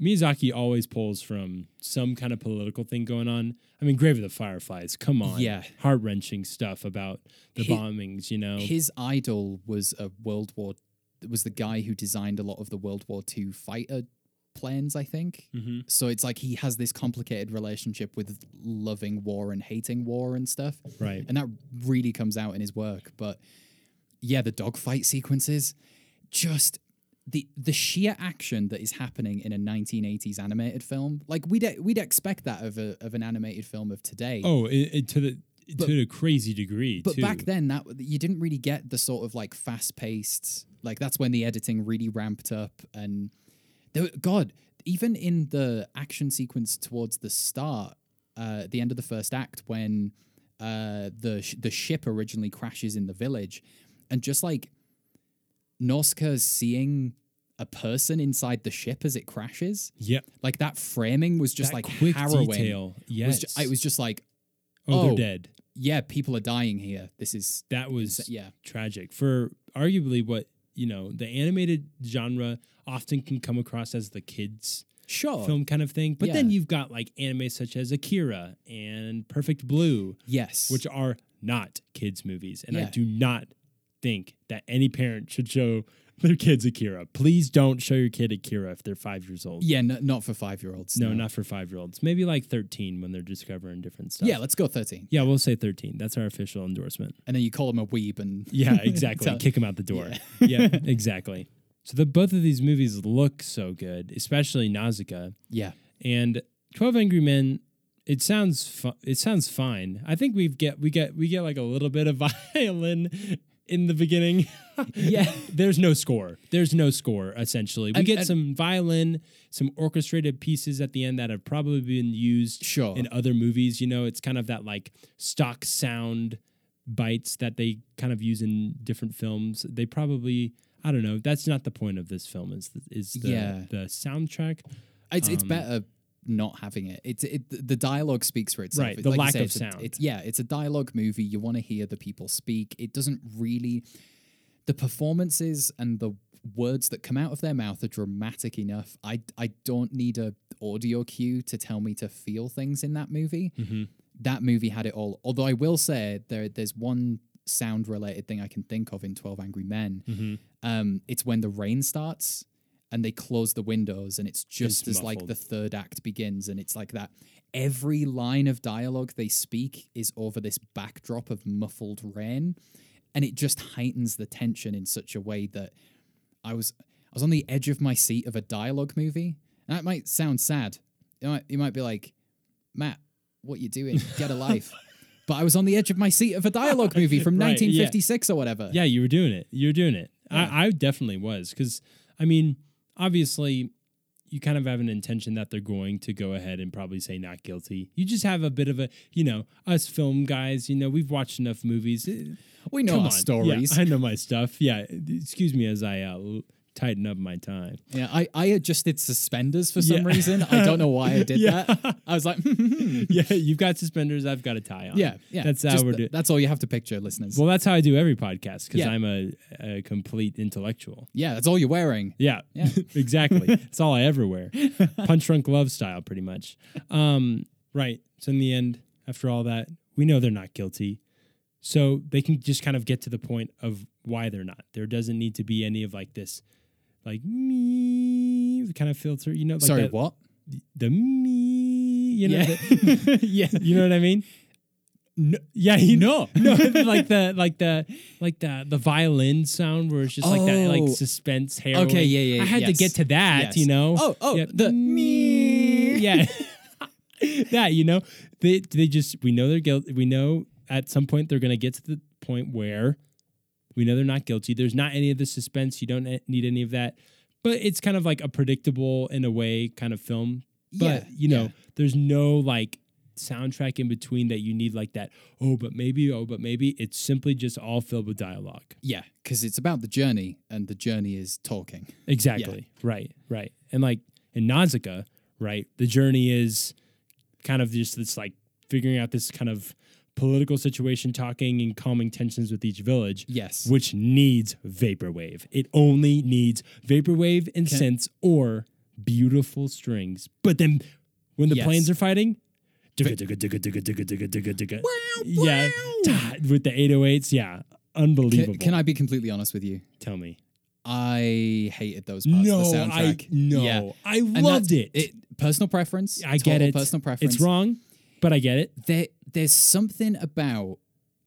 Speaker 1: Miyazaki always pulls from some kind of political thing going on. I mean, Grave of the Fireflies. Come on,
Speaker 2: Yeah.
Speaker 1: heart wrenching stuff about the
Speaker 2: He-
Speaker 1: bombings. You know,
Speaker 2: his idol was a World War was the guy who designed a lot of the World War II fighter planes, I think.
Speaker 1: Mhm.
Speaker 2: So it's like he has this complicated relationship with loving war and hating war and stuff.
Speaker 1: right?
Speaker 2: And that really comes out in his work. But yeah, the dogfight sequences, just the the sheer action that is happening in a 1980s animated film. Like we'd we'd expect that of a of an animated film of today.
Speaker 1: Oh, it, it, to the
Speaker 2: But-
Speaker 1: to a crazy degree.
Speaker 2: But
Speaker 1: too.
Speaker 2: back then, that you didn't really get the sort of like fast paced. Like that's when the editing really ramped up, and there, were- God, even in the action sequence towards the start, uh, the end of the first act, when uh, the sh- the ship originally crashes in the village, and just like Norska seeing a person inside the ship as it crashes,
Speaker 1: Yep.
Speaker 2: like that framing was just
Speaker 1: That
Speaker 2: like
Speaker 1: quick
Speaker 2: harrowing.
Speaker 1: detail.
Speaker 2: It
Speaker 1: Yes,
Speaker 2: was ju- it was just like,
Speaker 1: oh, they're
Speaker 2: oh.
Speaker 1: dead.
Speaker 2: yeah, people are dying here. This is
Speaker 1: That was
Speaker 2: yeah.
Speaker 1: tragic for arguably what you know the animated genre often can come across as the kids
Speaker 2: Sure.
Speaker 1: film kind of thing. But then
Speaker 2: Yeah.
Speaker 1: you've got like anime such as Akira and Perfect Blue,
Speaker 2: Yes.
Speaker 1: which are not kids movies, and I
Speaker 2: Yeah.
Speaker 1: do not think that any parent should show their kids Akira. Please don't show your kid Akira if they're five years old.
Speaker 2: yeah, no, not for five year olds.
Speaker 1: No, not for five year olds. Maybe like thirteen when they're discovering different stuff.
Speaker 2: Yeah, let's go thirteen,
Speaker 1: Yeah, we'll say 13. That's our official endorsement.
Speaker 2: and then you call him a weeb, and
Speaker 1: Yeah, exactly.
Speaker 2: Tell-
Speaker 1: Kick him out the door. Yeah, exactly. So the both of these movies look so good, especially Nausicaa
Speaker 2: yeah,
Speaker 1: and 12 Angry Men it sounds fu- it sounds fine. I think we've get we get we get like a little bit of violin in the beginning.
Speaker 2: Yeah.
Speaker 1: There's no score. There's no score essentially. We
Speaker 2: And-
Speaker 1: get
Speaker 2: and-
Speaker 1: some violin, some orchestrated pieces at the end that have probably been used
Speaker 2: Sure.
Speaker 1: in other movies, you know, it's kind of that like stock sound bites that they kind of use in different films. They probably I don't know. That's not the point of this film. Is is the,
Speaker 2: Yeah.
Speaker 1: the soundtrack?
Speaker 2: it's it's
Speaker 1: Um,
Speaker 2: better not having it. It's it the dialogue speaks for itself.
Speaker 1: Right,
Speaker 2: It-
Speaker 1: the
Speaker 2: like you
Speaker 1: lack of
Speaker 2: it's a-
Speaker 1: sound.
Speaker 2: it's yeah, it's a dialogue movie. You want to hear the people speak. It doesn't really. the performances and the words that come out of their mouth are dramatic enough. I I don't need a audio cue to tell me to feel things in that movie.
Speaker 1: Mm-hmm.
Speaker 2: That movie had it all. Although I will say there there's one sound related thing I can think of in Twelve Angry Men.
Speaker 1: Mm-hmm.
Speaker 2: Um, it's when the rain starts and they close the windows and it's just as like
Speaker 1: muffled.
Speaker 2: the third act begins and it's like that every line of dialogue they speak is over this backdrop of muffled rain and it just heightens the tension in such a way that I was I was on the edge of my seat of a dialogue movie. And that might sound sad. You might you might be like, Matt, what you doing? Get a life. but I was on the edge of my seat of a dialogue movie from
Speaker 1: Right, yeah.
Speaker 2: 1956 or whatever.
Speaker 1: Yeah, you were doing it. You were doing it. I, I definitely was because I mean, obviously, you kind of have an intention that they're going to go ahead and probably say not guilty. You just have a bit of a, you know, us film guys. You know, we've watched enough movies. Eh,
Speaker 2: We know
Speaker 1: Come
Speaker 2: our
Speaker 1: on.
Speaker 2: Oh, stories.
Speaker 1: Yeah, I know my stuff. Yeah, excuse me as I uh, l- tighten up my time.
Speaker 2: Yeah, I, I adjusted suspenders for some
Speaker 1: Yeah.
Speaker 2: reason. I don't know why I did
Speaker 1: Yeah.
Speaker 2: that. I was like, yeah,
Speaker 1: yeah, you've got suspenders. I've got a tie on.
Speaker 2: yeah.
Speaker 1: that's how
Speaker 2: Just
Speaker 1: we're
Speaker 2: th-
Speaker 1: doing.
Speaker 2: That's all you have to picture, listeners.
Speaker 1: Well, that's how I do every podcast because
Speaker 2: Yeah.
Speaker 1: I'm a, a complete intellectual.
Speaker 2: yeah, that's all you're wearing.
Speaker 1: Yeah,
Speaker 2: Yeah.
Speaker 1: exactly. It's all I ever wear. Punch drunk love style, pretty much. Um, right. So in the end, after all that, we know they're not guilty. So they can just kind of get to the point of why they're not. There doesn't need to be any of like this, like me kind of filter. You know, like
Speaker 2: Sorry,
Speaker 1: that-
Speaker 2: what?
Speaker 1: the me. You know,
Speaker 2: Yeah.
Speaker 1: the-
Speaker 2: yeah.
Speaker 1: you know what I mean? No, yeah, you know, no, like the like the like the the violin sound where it's just like that
Speaker 2: Oh.
Speaker 1: like suspense harrowing.
Speaker 2: Okay, yeah, yeah,
Speaker 1: I had to
Speaker 2: yes.
Speaker 1: get to that,
Speaker 2: Yes.
Speaker 1: you know.
Speaker 2: Oh, oh,
Speaker 1: Yeah.
Speaker 2: the me.
Speaker 1: yeah, that you know, they they just we know they're guilty. We know at some point they're gonna get to the point where we know they're not guilty. There's not any of the suspense. You don't need any of that. But it's kind of like a predictable in a way kind of film but
Speaker 2: yeah,
Speaker 1: you know,
Speaker 2: yeah.
Speaker 1: there's no like soundtrack in between that you need like that. Oh, but maybe. Oh, but maybe. It's simply just all filled with dialogue.
Speaker 2: Yeah, because it's about the journey, and the journey is talking.
Speaker 1: Exactly. Right. Right. And like in Nausicaa, right, the journey is kind of just this like figuring out this kind of political situation, talking and calming tensions with each village.
Speaker 2: Yes.
Speaker 1: Which needs vaporwave. It only needs vaporwave and
Speaker 2: Can-
Speaker 1: synths or beautiful strings. But then when the
Speaker 2: Yes.
Speaker 1: planes are fighting,
Speaker 2: Va-
Speaker 1: yeah, with the 808s, yeah, unbelievable.
Speaker 2: Can, can I be completely honest with you?
Speaker 1: tell me?
Speaker 2: I hated those parts
Speaker 1: No,
Speaker 2: of the
Speaker 1: I
Speaker 2: soundtrack.
Speaker 1: no,
Speaker 2: Yeah.
Speaker 1: I
Speaker 2: And
Speaker 1: loved
Speaker 2: that's-
Speaker 1: it.
Speaker 2: it. Personal preference.
Speaker 1: I get
Speaker 2: total
Speaker 1: it.
Speaker 2: Personal preference.
Speaker 1: It's wrong, but I get it.
Speaker 2: there there's something about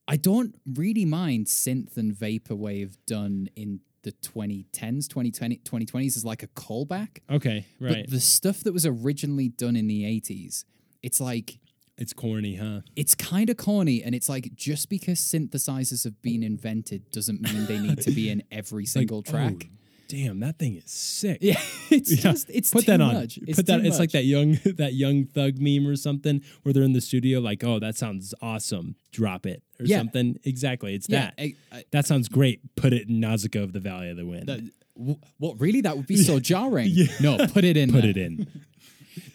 Speaker 2: I don't really mind synth and vaporwave done in the 2010s, 2020, 2020s is like a callback.
Speaker 1: Okay, right.
Speaker 2: But the stuff that was originally done in the 80s, it's like
Speaker 1: it's corny, huh?
Speaker 2: it's kind of corny and it's like just because synthesizers have been invented doesn't mean they need to be in every single
Speaker 1: Like,
Speaker 2: track.
Speaker 1: oh, damn, that thing is sick.
Speaker 2: Yeah, it's
Speaker 1: Yeah,
Speaker 2: just it's
Speaker 1: Put
Speaker 2: too
Speaker 1: that on.
Speaker 2: much. It's
Speaker 1: Put that.
Speaker 2: too
Speaker 1: It's like
Speaker 2: much.
Speaker 1: that young that young thug meme or something where they're in the studio like, oh, that sounds awesome. Drop it or
Speaker 2: Yeah.
Speaker 1: something. Exactly. It's
Speaker 2: Yeah,
Speaker 1: that.
Speaker 2: I- I-
Speaker 1: that sounds great. Put it in Nausicaa of the Valley of the Wind.
Speaker 2: that- wh- what really that would be so jarring. No, put it in.
Speaker 1: Put
Speaker 2: there.
Speaker 1: it in.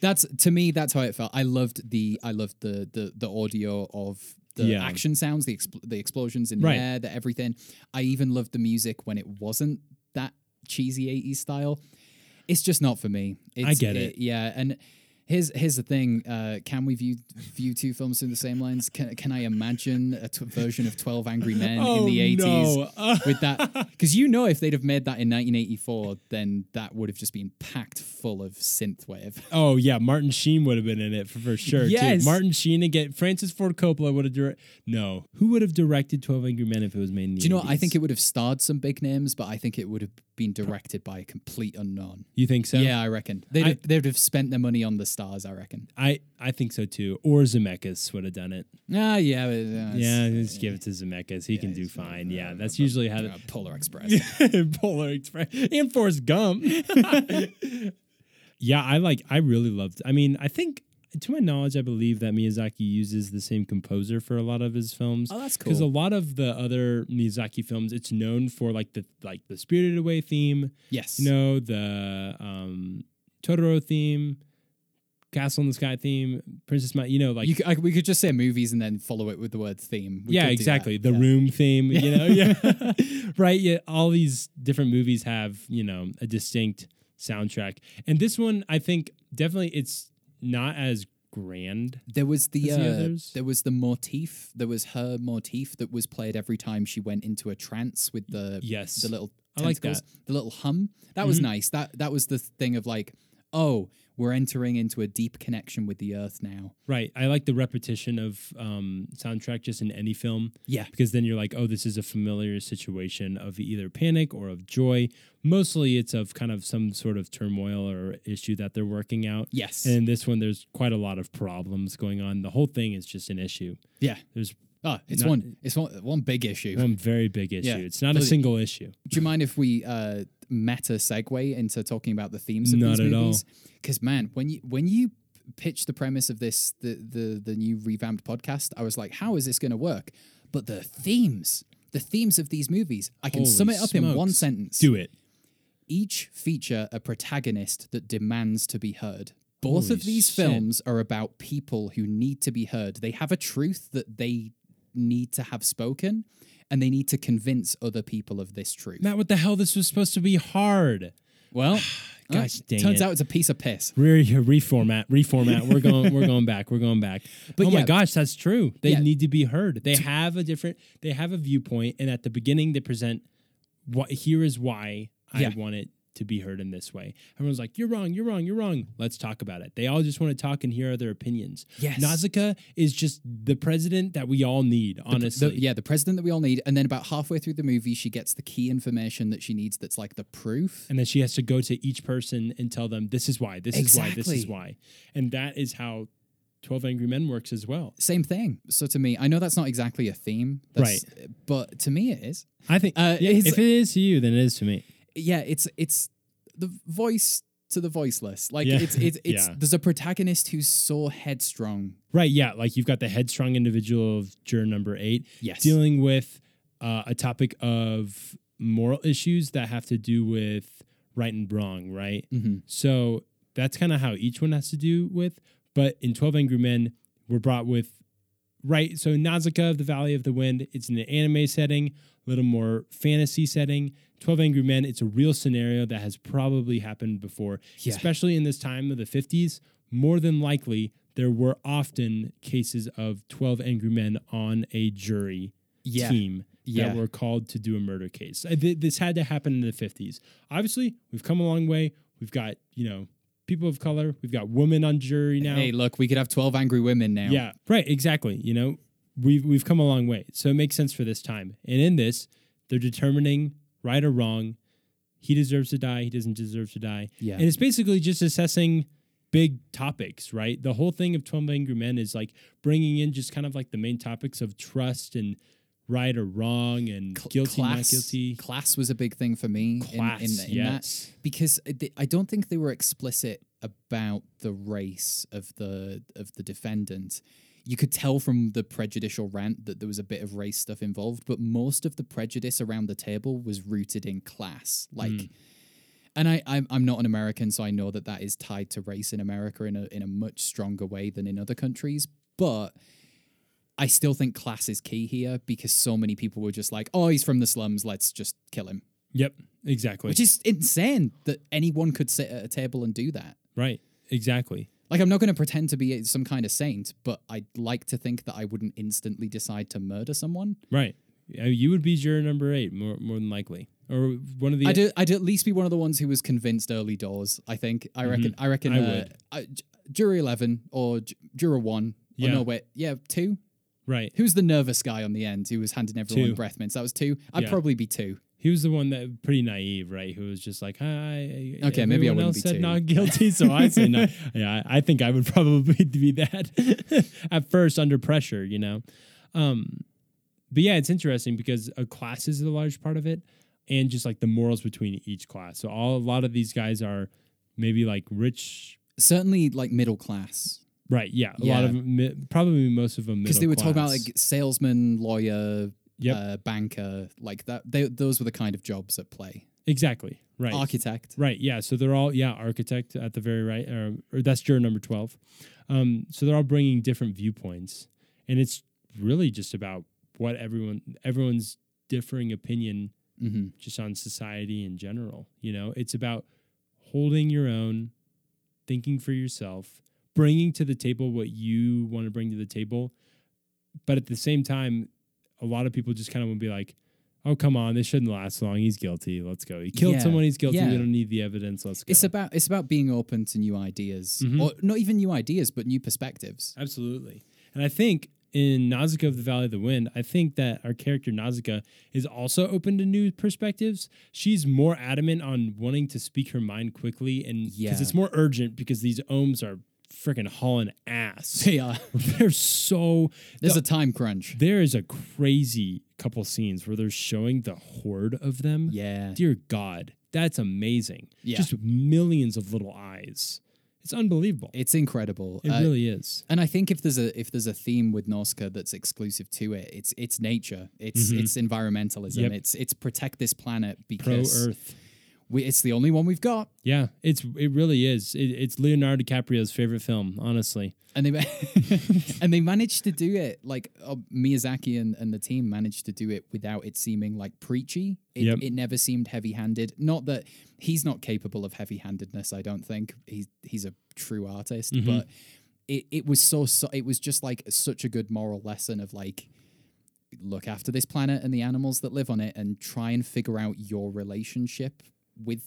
Speaker 2: that's to me that's how it felt i loved the i loved the the, the audio of the
Speaker 1: Yeah.
Speaker 2: action sounds the expl- the explosions in
Speaker 1: Right.
Speaker 2: the air the everything i even loved the music when it wasn't that cheesy 80s style it's just not for me it's,
Speaker 1: get it.
Speaker 2: yeah and Here's, here's the thing. Uh, can we view view two films through the same lens? Can, can I imagine a t- version of Twelve Angry Men in the eighties
Speaker 1: Oh, no. Uh,
Speaker 2: with that because you know if they'd have made that in 1984 then that would have just been packed full of synthwave
Speaker 1: Oh yeah, Martin Sheen would have been in it for, for sure. too.
Speaker 2: Yes.
Speaker 1: Martin Sheen again. Francis Ford Coppola would have directed. No, who would have directed Twelve Angry Men if it was made in the?
Speaker 2: do you know what? i think it would have starred some big names but i think it would have been directed by a complete unknown
Speaker 1: You think so?
Speaker 2: yeah i reckon they'd,
Speaker 1: I-
Speaker 2: have, they'd have spent their money on the stars i reckon
Speaker 1: I I think so too. Or Zemeckis would have done it.
Speaker 2: ah yeah but, uh, it's-
Speaker 1: yeah,
Speaker 2: uh,
Speaker 1: just give it to Zemeckis. He can do fine. yeah, that's usually how.
Speaker 2: uh, polar express
Speaker 1: Polar Express and Forrest Gump. yeah, I like. I really loved. I mean, I think to my knowledge, I believe that Miyazaki uses the same composer for a lot of his films.
Speaker 2: oh that's
Speaker 1: because
Speaker 2: cool
Speaker 1: a lot of the other Miyazaki films, it's known for like the like the Spirited Away theme,
Speaker 2: yes
Speaker 1: you know, the um, Totoro theme, Castle in the Sky theme, Princess Maya, you know, like
Speaker 2: you could, I, we could just say movies and then follow it with the word theme. We
Speaker 1: yeah,
Speaker 2: could do that.
Speaker 1: exactly. The
Speaker 2: Yeah.
Speaker 1: room theme, you know, yeah, right. Yeah, all these different movies have you know a distinct soundtrack, and this one I think definitely it's not as grand.
Speaker 2: There was the,
Speaker 1: Is
Speaker 2: uh,
Speaker 1: the others?
Speaker 2: there was the motif. There was her motif that was played every time she went into a trance with the
Speaker 1: Yes,
Speaker 2: the little
Speaker 1: I like Mm-hmm.
Speaker 2: tentacles, the little hum. That was nice. That that was the thing of like, oh, we're entering into a deep connection with the earth now.
Speaker 1: right. I like the repetition of um, soundtrack just in any film.
Speaker 2: Yeah.
Speaker 1: because then you're like, oh, this is a familiar situation of either panic or of joy. Mostly, it's of kind of some sort of turmoil or issue that they're working out.
Speaker 2: Yes.
Speaker 1: And in this one, there's quite a lot of problems going on. The whole thing is just an issue.
Speaker 2: yeah.
Speaker 1: There's
Speaker 2: Oh, it's
Speaker 1: Not-
Speaker 2: one. It's one. One big issue.
Speaker 1: one very big issue.
Speaker 2: Yeah.
Speaker 1: It's not a
Speaker 2: Really.
Speaker 1: single issue.
Speaker 2: Do you mind if we uh, meta segue into talking about the themes of
Speaker 1: Not
Speaker 2: these
Speaker 1: at all.
Speaker 2: movies? Because man, when you when you pitched the premise of this the the the new revamped podcast, I was like, how is this going to work? But the themes, the themes of these movies, I can
Speaker 1: Holy
Speaker 2: sum it up in one
Speaker 1: smokes.
Speaker 2: sentence.
Speaker 1: Do it.
Speaker 2: Each feature a protagonist that demands to be heard. Both
Speaker 1: Holy
Speaker 2: of these
Speaker 1: shit.
Speaker 2: films are about people who need to be heard. They have a truth that they need to have spoken, and they need to convince other people of this truth.
Speaker 1: Matt, what the hell? This was supposed to be hard.
Speaker 2: Well,
Speaker 1: Gosh
Speaker 2: uh,
Speaker 1: dang
Speaker 2: turns
Speaker 1: it.
Speaker 2: out it's a piece of piss.
Speaker 1: Re- reformat, reformat. We're going, we're going back. We're going back. But oh my
Speaker 2: yeah.
Speaker 1: gosh, that's true. They
Speaker 2: Yeah.
Speaker 1: need to be heard. They have a different. They have a viewpoint, and at the beginning, they present what here is why
Speaker 2: Yeah.
Speaker 1: I want it to be heard in this way. Everyone's like, "You're wrong. You're wrong. You're wrong." Let's talk about it. They all just want to talk and hear other opinions.
Speaker 2: Yes.
Speaker 1: Nausicaa is just the president that we all need. Honestly,
Speaker 2: The- yeah, the president that we all need. And then about halfway through the movie, she gets the key information that she needs that's like the proof.
Speaker 1: and then she has to go to each person and tell them this is why this is why this is
Speaker 2: Exactly.
Speaker 1: why and that is how 12 angry men works as well
Speaker 2: Same thing. So to me, I know that's not exactly a theme. That's, right. But to me, it is.
Speaker 1: i think
Speaker 2: Uh,
Speaker 1: yeah,
Speaker 2: it's-
Speaker 1: if it is to you then it is to me
Speaker 2: Yeah, it's it's the voice to the voiceless. Like
Speaker 1: Yeah.
Speaker 2: it's it's it's
Speaker 1: Yeah.
Speaker 2: there's a protagonist who's so headstrong.
Speaker 1: right yeah like you've got the headstrong individual of juror number eight
Speaker 2: Yes.
Speaker 1: dealing with uh, a topic of moral issues that have to do with right and wrong right
Speaker 2: Mhm.
Speaker 1: so that's kind of how each one has to do with but in 12 angry men we're brought with right so nausicaa of the valley of the wind it's in an anime setting a little more fantasy setting 12 angry men it's a real scenario that has probably happened before
Speaker 2: Yeah.
Speaker 1: especially in this time of the 50s more than likely there were often cases of 12 angry men on a jury
Speaker 2: Yeah.
Speaker 1: team
Speaker 2: Yeah.
Speaker 1: that were called to do a murder case. Uh, th- This had to happen in the 50s. Obviously, we've come a long way. We've got, you know, people of color, we've got women on jury now.
Speaker 2: Hey, look, we could have twelve angry women now.
Speaker 1: Yeah, right, exactly. You know, we've we've come a long way. So it makes sense for this time. And in this, they're determining right or wrong. He deserves to die, he doesn't deserve to die.
Speaker 2: Yeah.
Speaker 1: And it's basically just assessing big topics, right? The whole thing of 12 Angry Men is like bringing in just kind of like the main topics of trust and right or wrong and
Speaker 2: Cl-
Speaker 1: guilty, not guilty.
Speaker 2: Class was a big thing for me. in-
Speaker 1: class,
Speaker 2: in, in, that.
Speaker 1: yes.
Speaker 2: because I thi- I don't think they were explicit about the race of the of the defendant. You could tell from the prejudicial rant that there was a bit of race stuff involved, but most of the prejudice around the table was rooted in class. Like, and I I'm, I'm not an American, so I know that that is tied to race in America in a in a much stronger way than in other countries, but. I still think class is key here because so many people were just like, "Oh, he's from the slums. Let's just kill him."
Speaker 1: Yep, exactly.
Speaker 2: Which is insane that anyone could sit at a table and do that.
Speaker 1: right, exactly.
Speaker 2: Like, I'm not going to pretend to be some kind of saint, but I'd like to think that I wouldn't instantly decide to murder someone.
Speaker 1: Right. Uh, You would be juror number eight, more, more than likely. Or one of the
Speaker 2: I'd, I'd at least be one of the ones who was convinced early doors. I think. I reckon. I reckon.
Speaker 1: Mm-hmm. I
Speaker 2: uh,
Speaker 1: would.
Speaker 2: I- j- jury eleven or j- juror one. Yeah.
Speaker 1: Yeah.
Speaker 2: Or no, wait. Yeah, two.
Speaker 1: Right.
Speaker 2: Who's the nervous guy on the end who was handing everyone
Speaker 1: Two.
Speaker 2: breath mints? That was two. I'd
Speaker 1: Yeah.
Speaker 2: probably be two.
Speaker 1: He was the one that pretty naive, right? Who was just like, "Hi."
Speaker 2: Okay, maybe I
Speaker 1: everyone
Speaker 2: wouldn't
Speaker 1: else
Speaker 2: be
Speaker 1: said
Speaker 2: too-
Speaker 1: not guilty, so I say not. Yeah, I I think I would probably be that at first under pressure, you know. Um, but yeah, it's interesting because a class is a large part of it, and just like the morals between each class. So all a lot of these guys are maybe like rich.
Speaker 2: Certainly, like middle class.
Speaker 1: Right, yeah, a lot
Speaker 2: Yeah.
Speaker 1: of mi- probably most of them
Speaker 2: because
Speaker 1: because
Speaker 2: they were talking about like salesman, lawyer,
Speaker 1: Yep.
Speaker 2: uh, banker, like that. They, those were the kind of jobs at play.
Speaker 1: Exactly. Right.
Speaker 2: Architect.
Speaker 1: Right. Yeah. So they're all yeah architect at the very right, or, or that's juror number twelve. Um, so they're all bringing different viewpoints, and it's really just about what everyone everyone's differing opinion
Speaker 2: hmm
Speaker 1: just on society in general. You know, it's about holding your own, thinking for yourself, bringing to the table what you want to bring to the table. But at the same time, a lot of people just kind of would be like, oh, come on, this shouldn't last long. He's guilty. Let's go. He killed
Speaker 2: Yeah.
Speaker 1: someone. He's guilty. We
Speaker 2: Yeah.
Speaker 1: don't need the evidence. Let's go.
Speaker 2: It's about it's about being open to new ideas,
Speaker 1: Mhm.
Speaker 2: or not even new ideas, but new perspectives.
Speaker 1: Absolutely. And I think in Nausicaa of the Valley of the Wind, I think that our character Nausicaa is also open to new perspectives. She's more adamant on wanting to speak her mind quickly and because
Speaker 2: Yeah.
Speaker 1: it's more urgent because these ohms are freaking hauling ass.
Speaker 2: They are.
Speaker 1: They're so
Speaker 2: There's a time crunch.
Speaker 1: there is a crazy couple scenes where they're showing the horde of them.
Speaker 2: Yeah.
Speaker 1: Dear God, that's amazing.
Speaker 2: Yeah.
Speaker 1: Just millions of little eyes. It's unbelievable. It,
Speaker 2: It's incredible. Uh,
Speaker 1: really is.
Speaker 2: and I think if there's a if there's a theme with Norska that's exclusive to it, it's it's nature. It's
Speaker 1: Mhm.
Speaker 2: it's environmentalism.
Speaker 1: Yep.
Speaker 2: It's it's protect this planet
Speaker 1: Pro
Speaker 2: because
Speaker 1: Earth.
Speaker 2: we, it's the only one we've got.
Speaker 1: Yeah, it's it really is. It, it's Leonardo DiCaprio's favorite film, honestly.
Speaker 2: And they and they managed to do it like uh, Miyazaki and, and the team managed to do it without it seeming like preachy. It,
Speaker 1: Yep.
Speaker 2: it never seemed heavy handed. Not that he's not capable of heavy handedness. I don't think he's he's a true artist,
Speaker 1: Mhm.
Speaker 2: but it, it was so, so it was just like such a good moral lesson of like look after this planet and the animals that live on it and try and figure out your relationship with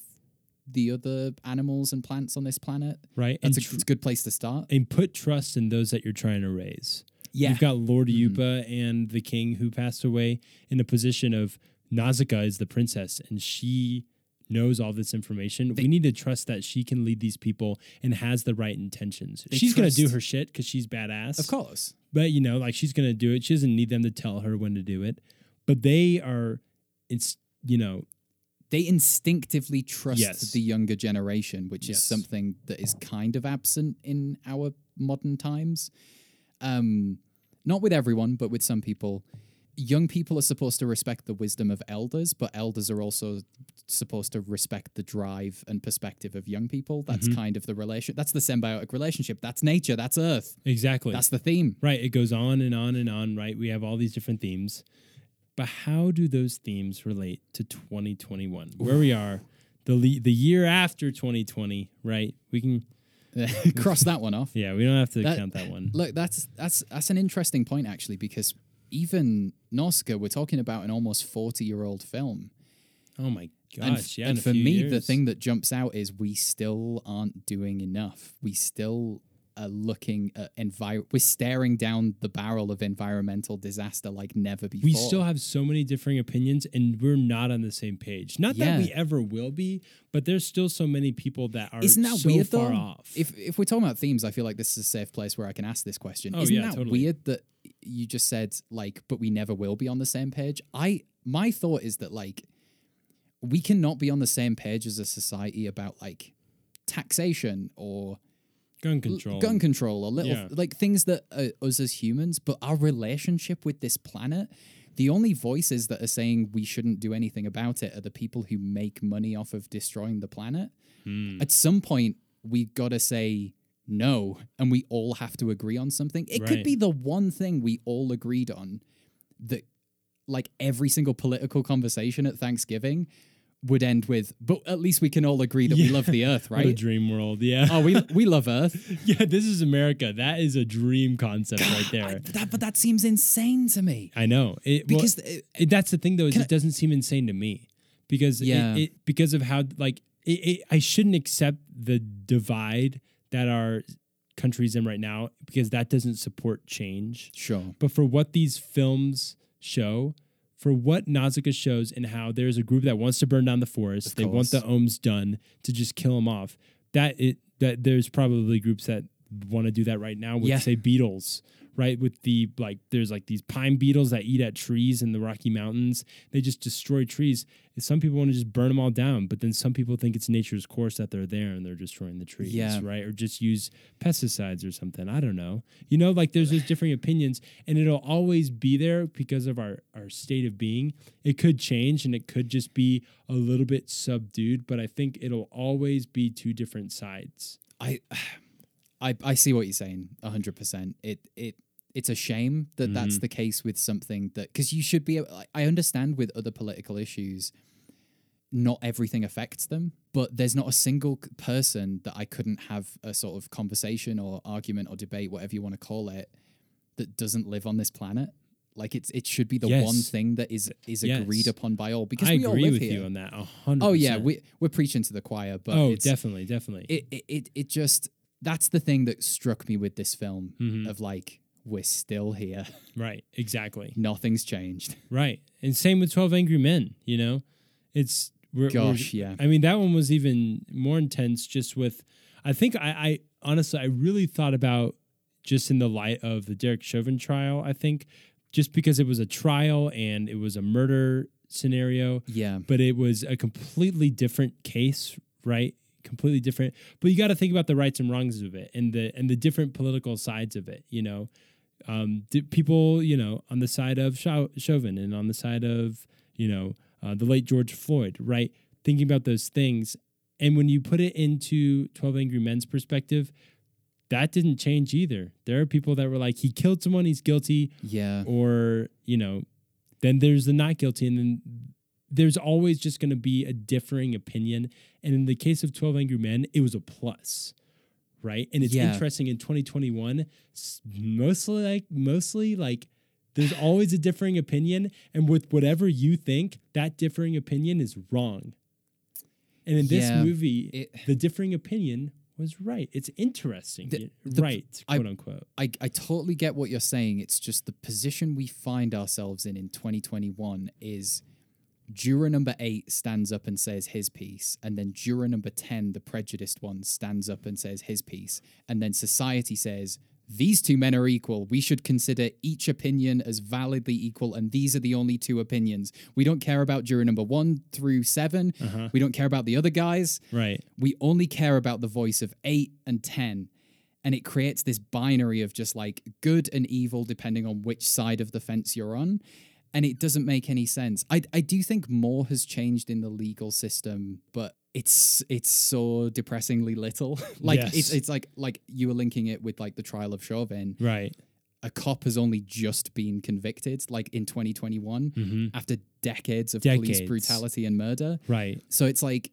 Speaker 2: the other animals and plants on this planet.
Speaker 1: Right?
Speaker 2: That's a,
Speaker 1: and, tr-
Speaker 2: it's a good place to start.
Speaker 1: and put trust in those that you're trying to raise.
Speaker 2: Yeah.
Speaker 1: You've got Lord
Speaker 2: Mhm.
Speaker 1: Yupa and the king who passed away in a position of Nausicaa is the princess and she knows all this information. we need to trust that she can lead these people and has the right intentions.
Speaker 2: They
Speaker 1: She's going to do
Speaker 2: trust-
Speaker 1: her shit because she's badass.
Speaker 2: Of course.
Speaker 1: but you know, like she's gonna do it. She doesn't need them to tell her when to do it. But they are, it's you know,
Speaker 2: They instinctively trust
Speaker 1: Yes.
Speaker 2: the younger generation, which
Speaker 1: Yes.
Speaker 2: is something that is kind of absent in our modern times. Um, not with everyone, but with some people. Young people are supposed to respect the wisdom of elders, but elders are also supposed to respect the drive and perspective of young people. That's
Speaker 1: Mhm.
Speaker 2: kind of the relation. That's the symbiotic relationship. That's nature. That's Earth.
Speaker 1: exactly.
Speaker 2: That's the theme.
Speaker 1: Right. It goes on and on and on, right? We have all these different themes. But how do those themes relate to 2021? Where we are, the le- the year after 2020, right? We can
Speaker 2: Cross that one off.
Speaker 1: yeah, we don't have to
Speaker 2: That-
Speaker 1: count that one.
Speaker 2: Look, that's that's that's an interesting point actually, because even Norska, we're talking about an almost forty-year-old film,
Speaker 1: Oh my gosh.
Speaker 2: and,
Speaker 1: yeah.
Speaker 2: and
Speaker 1: in a
Speaker 2: for
Speaker 1: few
Speaker 2: me, the
Speaker 1: years.
Speaker 2: thing that jumps out is we still aren't doing enough. We still are looking at envi- We're staring down the barrel of environmental disaster like never before.
Speaker 1: we still have so many differing opinions and we're not on the same page. Not
Speaker 2: Yeah.
Speaker 1: that we ever will be, but there's still so many people that are
Speaker 2: Isn't that
Speaker 1: so
Speaker 2: weird
Speaker 1: far
Speaker 2: though?
Speaker 1: off.
Speaker 2: If if we're talking about themes, I feel like this is a safe place where I can ask this question.
Speaker 1: Oh,
Speaker 2: Isn't
Speaker 1: yeah,
Speaker 2: that
Speaker 1: totally.
Speaker 2: weird that you just said like, but we never will be on the same page? I my thought is that like we cannot be on the same page as a society about like taxation or
Speaker 1: gun
Speaker 2: l-
Speaker 1: control.
Speaker 2: gun control or little
Speaker 1: Yeah.
Speaker 2: like things that are us as humans, but our relationship with this planet. The only voices that are saying we shouldn't do anything about it are the people who make money off of destroying the planet
Speaker 1: Hmm.
Speaker 2: at some point we gotta say no and we all have to agree on something it could
Speaker 1: Right.
Speaker 2: be the one thing we all agreed on that like every single political conversation at thanksgiving would end with but at least we can all agree that we
Speaker 1: Yeah.
Speaker 2: love the earth
Speaker 1: What a
Speaker 2: right
Speaker 1: dream world. Yeah.
Speaker 2: oh we we love earth
Speaker 1: yeah, this is America. That is a dream concept right there.
Speaker 2: I- that, but that seems insane to me
Speaker 1: I know it well,
Speaker 2: because th-
Speaker 1: it, that's the thing though is
Speaker 2: Can
Speaker 1: it doesn't seem insane to me because
Speaker 2: Yeah.
Speaker 1: it, it because of how like it, it, I shouldn't accept the divide that our country's in right now because that doesn't support change.
Speaker 2: sure
Speaker 1: But for what these films show, for what Nausicaa shows and how there's a group that wants to burn down the forest,
Speaker 2: Of
Speaker 1: they want the ohms done to just kill them off. That it that there's probably groups that want to do that right now with
Speaker 2: Yeah.
Speaker 1: say beetles, right? With the like, there's like these pine beetles that eat at trees in the Rocky Mountains. They just destroy trees. And some people want to just burn them all down, but then some people think it's nature's course that they're there and they're destroying the trees,
Speaker 2: Yeah.
Speaker 1: right? Or just use pesticides or something. I don't know. You know, like there's just differing opinions, and it'll always be there because of our our state of being. It could change, and it could just be a little bit subdued, but I think it'll always be two different sides.
Speaker 2: I, I, I see what you're saying. hundred percent. It it it's a shame that
Speaker 1: Mm-hmm.
Speaker 2: that's the case with something that because you should be. a- I- I understand with other political issues, not everything affects them, but there's not a single c- person that I couldn't have a sort of conversation or argument or debate, whatever you want to call it, that doesn't live on this planet. Like it's it should be the one
Speaker 1: Yes.
Speaker 2: thing that is is
Speaker 1: Yes.
Speaker 2: agreed upon by all because
Speaker 1: I
Speaker 2: we all
Speaker 1: agree
Speaker 2: live
Speaker 1: with
Speaker 2: here.
Speaker 1: you on that. A hundred.
Speaker 2: oh yeah,
Speaker 1: percent.
Speaker 2: we we're preaching to the choir, but
Speaker 1: oh,
Speaker 2: it's,
Speaker 1: definitely, definitely.
Speaker 2: it it- it it just that's the thing that struck me with this film
Speaker 1: Mhm.
Speaker 2: of like we're still here
Speaker 1: right, exactly.
Speaker 2: nothing's changed
Speaker 1: Right, and same with Twelve Angry Men. You know, it's we're, we're-
Speaker 2: gosh yeah
Speaker 1: I mean, that one was even more intense. Just with, I think I, I honestly, I really thought about just in the light of the Derek Chauvin trial. I think just because it was a trial and it was a murder scenario,
Speaker 2: yeah
Speaker 1: but it was a completely different case, right? Completely different. But you got to think about the rights and wrongs of it, and the and the different political sides of it. You know, um, di- people, you know, on the side of Chau- Chauvin and on the side of you know uh, the late George Floyd, right? Thinking about those things, and when you put it into Twelve Angry Men's perspective. That didn't change either. There are people that were like, he killed someone, he's guilty
Speaker 2: yeah
Speaker 1: or you know then there's the not guilty and then there's always just going to be a differing opinion and in the case of 12 angry men it was a plus right and it's
Speaker 2: Yeah.
Speaker 1: interesting in 2021 s- mostly like mostly like there's always a differing opinion and with whatever you think that differing opinion is wrong and in this
Speaker 2: Yeah.
Speaker 1: movie
Speaker 2: It-
Speaker 1: the differing opinion was right it's interesting
Speaker 2: The- the-
Speaker 1: right
Speaker 2: I-
Speaker 1: quote unquote
Speaker 2: I, I totally get what you're saying it's just the position we find ourselves in in 2021 is juror number eight stands up and says his piece and then juror number 10 the prejudiced one stands up and says his piece and then society says these two men are equal we should consider each opinion as validly equal and these are the only two opinions we don't care about juror number one through 7
Speaker 1: Uh-huh.
Speaker 2: we don't care about the other guys
Speaker 1: right
Speaker 2: we only care about the voice of 8 and 10 and it creates this binary of just like good and evil depending on which side of the fence you're on and it doesn't make any sense i, I do think more has changed in the legal system but it's it's so depressingly little like
Speaker 1: Yes.
Speaker 2: it's, it's like like you were linking it with like the trial of chauvin
Speaker 1: right
Speaker 2: a cop has only just been convicted like in 2021
Speaker 1: hmm
Speaker 2: after decades of
Speaker 1: Decades.
Speaker 2: police brutality and murder
Speaker 1: right
Speaker 2: so it's like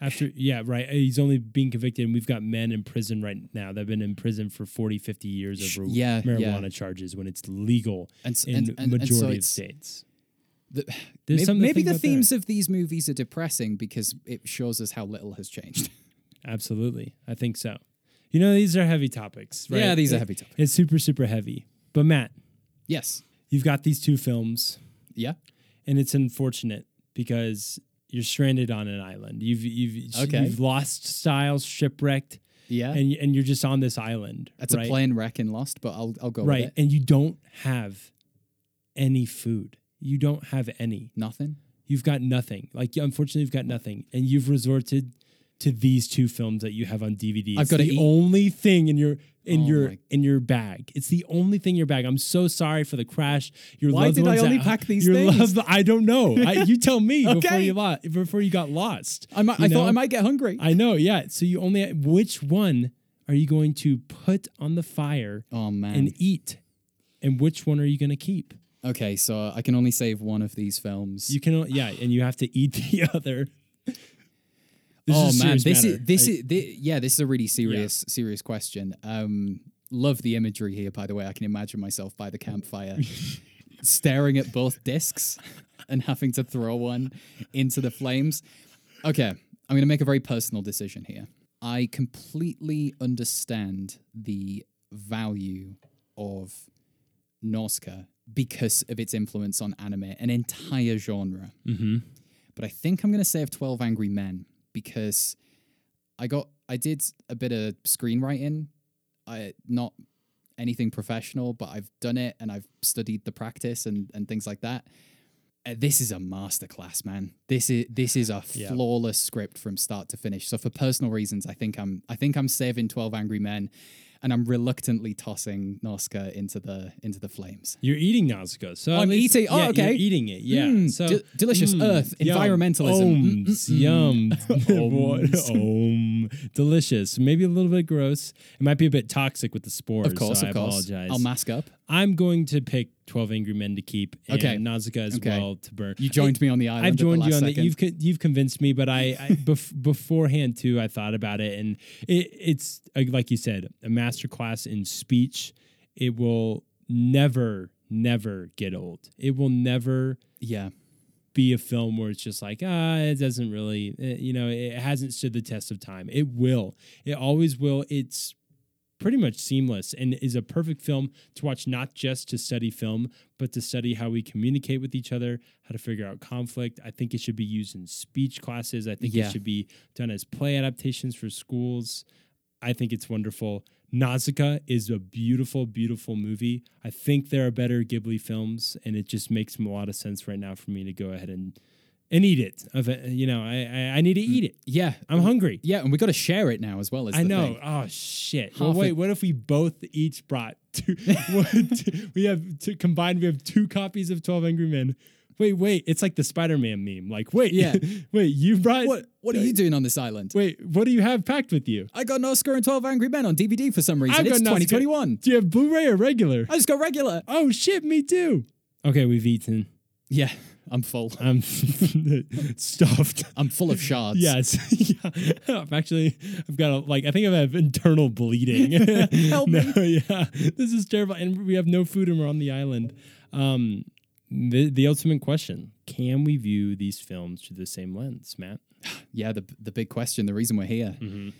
Speaker 1: After, yeah, right. He's only being convicted, and we've got men in prison right now that have been in prison for 40, 50 years
Speaker 2: Sh-
Speaker 1: over
Speaker 2: yeah, yeah.
Speaker 1: marijuana charges when it's legal
Speaker 2: and, s-
Speaker 1: in
Speaker 2: and, and, and
Speaker 1: majority
Speaker 2: so
Speaker 1: of
Speaker 2: it's,
Speaker 1: states.
Speaker 2: the-
Speaker 1: There's
Speaker 2: Mayb-
Speaker 1: something
Speaker 2: maybe,
Speaker 1: to think
Speaker 2: the
Speaker 1: about there.
Speaker 2: themes of these movies are depressing because it shows us how little has changed.
Speaker 1: Absolutely. I think so. You know, these are heavy topics, right?
Speaker 2: Yeah, these are
Speaker 1: It-
Speaker 2: heavy topics.
Speaker 1: It's super, super heavy. But Matt,
Speaker 2: Yes.
Speaker 1: you've got these two films,
Speaker 2: Yeah.
Speaker 1: and it's unfortunate because you're stranded on an island. You've you've
Speaker 2: Okay.
Speaker 1: you've lost style, shipwrecked,
Speaker 2: Yeah.
Speaker 1: and and you're just on this island.
Speaker 2: That's
Speaker 1: right?
Speaker 2: a plane wreck in Lost, but I'll I'll go
Speaker 1: right
Speaker 2: with it.
Speaker 1: and you don't have any food you don't have any
Speaker 2: Nothing.
Speaker 1: you've got nothing like unfortunately you've got nothing and you've resorted to these two films that you have on dvd
Speaker 2: I've
Speaker 1: It's
Speaker 2: gotta
Speaker 1: the
Speaker 2: eat.
Speaker 1: only thing in your in
Speaker 2: Oh
Speaker 1: your
Speaker 2: my-
Speaker 1: in your bag it's the only thing in your bag i'm so sorry for the crash your
Speaker 2: Why
Speaker 1: loved
Speaker 2: did I
Speaker 1: ones
Speaker 2: only
Speaker 1: at-
Speaker 2: pack these
Speaker 1: your
Speaker 2: things?
Speaker 1: loved- i don't know I, you tell me before
Speaker 2: Okay.
Speaker 1: you lo- before you got lost
Speaker 2: I might,
Speaker 1: you
Speaker 2: I thought
Speaker 1: know?
Speaker 2: I might get hungry.
Speaker 1: i know yeah so you only which one are you going to put on the fire
Speaker 2: oh man.
Speaker 1: and eat and which one are you going to keep
Speaker 2: okay, so I can only save one of these films.
Speaker 1: You can, o- yeah, and you have to eat the other. This
Speaker 2: oh
Speaker 1: is a
Speaker 2: man,
Speaker 1: serious
Speaker 2: this is
Speaker 1: matter.
Speaker 2: this
Speaker 1: I-
Speaker 2: is thi- yeah, this is a really serious serious question. Um, love the imagery here, by the way. I can imagine myself by the campfire, staring at both discs and having to throw one into the flames. Okay, I'm going to make a very personal decision here. I completely understand the value of Norska because of its influence on anime, an entire genre but I think I'm going to save 12 Angry Men because I got I did a bit of screenwriting I not anything professional, but I've done it and I've studied the practice and and things like that. Uh, this is a masterclass, man. This is this is a
Speaker 1: Yeah.
Speaker 2: flawless script from start to finish. So for personal reasons, I think I'm I think I'm saving Twelve Angry Men, and I'm reluctantly tossing Norska into the into the flames.
Speaker 1: You're eating Nausicaa. So at
Speaker 2: I'm
Speaker 1: least-
Speaker 2: eating- oh,
Speaker 1: yeah,
Speaker 2: okay.
Speaker 1: You're eating it. Yeah.
Speaker 2: Mm,
Speaker 1: so
Speaker 2: de- delicious. Earth, environmentalism. Mm,
Speaker 1: Ohms,
Speaker 2: mm, mm.
Speaker 1: yum.
Speaker 2: Ohms.
Speaker 1: Om. Delicious. Maybe a little bit gross. It might be a bit toxic with the spores.
Speaker 2: Of course,
Speaker 1: so I
Speaker 2: of course,
Speaker 1: apologize.
Speaker 2: I'll mask up.
Speaker 1: I'm going to pick 12 Angry Men to keep and
Speaker 2: Okay.
Speaker 1: Nausicaa as
Speaker 2: Okay.
Speaker 1: well to burn.
Speaker 2: You joined me on the island.
Speaker 1: I've
Speaker 2: at the
Speaker 1: joined
Speaker 2: last
Speaker 1: you on that.
Speaker 2: second.
Speaker 1: You've con- you've convinced me, but I, I bef- beforehand too, I thought about it, and it, it's uh, like you said, a masterclass in speech. It will never, never get old. It will never
Speaker 2: yeah.
Speaker 1: be a film where it's just like ah, it doesn't really, eh, you know, it hasn't stood the test of time. It will. It always will. It's pretty much seamless and is a perfect film to watch not just to study film but to study how we communicate with each other how to figure out conflict i think it should be used in speech classes i think
Speaker 2: Yeah.
Speaker 1: it should be done as play adaptations for schools i think it's wonderful nausicaa is a beautiful beautiful movie i think there are better ghibli films and it just makes a lot of sense right now for me to go ahead and and eat it Of it- you know i i, I need to eat it
Speaker 2: Yeah.
Speaker 1: i'm hungry
Speaker 2: Mm. Yeah, and we got to share it now as well. Is
Speaker 1: I
Speaker 2: the
Speaker 1: know.
Speaker 2: thing.
Speaker 1: Oh shit. Well,
Speaker 2: Half a-
Speaker 1: wait. What if we both each brought two? what- two- we have two, combined. We have two copies of Twelve Angry Men. Wait, wait. It's like the Spider-Man meme. Like, wait,
Speaker 2: Yeah.
Speaker 1: wait. You brought.
Speaker 2: What What are you doing on this island?
Speaker 1: Wait. What do you have packed with you?
Speaker 2: I got Oscar and Twelve Angry Men on DVD for some reason.
Speaker 1: I've
Speaker 2: it's
Speaker 1: got Nausicaa.
Speaker 2: 2021.
Speaker 1: Do you have Blu-ray or regular?
Speaker 2: I just got regular.
Speaker 1: oh shit. Me too. Okay, we've eaten.
Speaker 2: Yeah, I'm full.
Speaker 1: I'm stuffed.
Speaker 2: I'm full of shards.
Speaker 1: Yes. yeah. I've actually, I've got a, like, I think I have internal bleeding.
Speaker 2: Help
Speaker 1: no, Yeah. This is terrible. And we have no food and we're on the island. Um, the, the ultimate question can we view these films through the same lens, Matt?
Speaker 2: yeah. The the big question, the reason we're here.
Speaker 1: Mhm.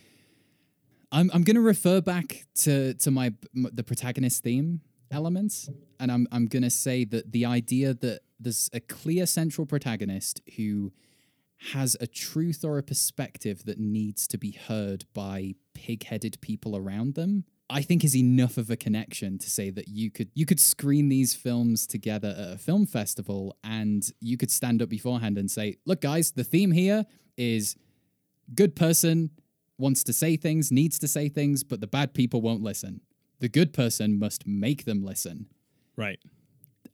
Speaker 2: I'm I'm gonna refer back to to my m- the protagonist theme elements, and I'm I'm gonna say that the idea that there's a clear central protagonist who has a truth or a perspective that needs to be heard by pig-headed people around them i think is enough of a connection to say that you could you could screen these films together at a film festival and you could stand up beforehand and say look guys the theme here is good person wants to say things needs to say things but the bad people won't listen the good person must make them listen
Speaker 1: Right.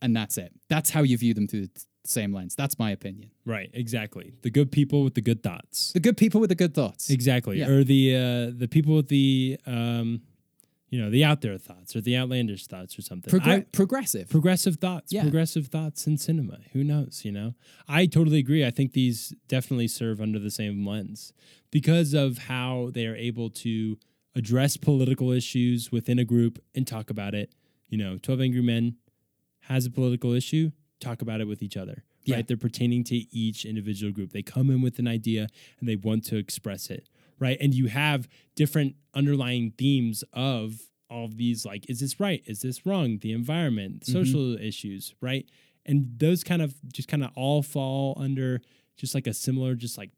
Speaker 2: and that's it that's how you view them through the t- same lens that's my opinion
Speaker 1: Right. Exactly. The good people with the good thoughts.
Speaker 2: the good people with the good thoughts
Speaker 1: Exactly.
Speaker 2: Yeah.
Speaker 1: Or the, uh, the people with the, um, you know, the out there thoughts or the outlandish thoughts or something.
Speaker 2: Progre-
Speaker 1: I-
Speaker 2: progressive.
Speaker 1: progressive thoughts
Speaker 2: Yeah.
Speaker 1: progressive thoughts in cinema who knows you know i totally agree i think these definitely serve under the same lens because of how they are able to address political issues within a group and talk about it you know 12 angry men has a political issue talk about it with each other
Speaker 2: Yeah.
Speaker 1: right they're pertaining to each individual group they come in with an idea and they want to express it right and you have different underlying themes of all of these like is this right is this wrong the environment
Speaker 2: Mm-hmm.
Speaker 1: social issues right and those kind of just kind of all fall under just like a similar just like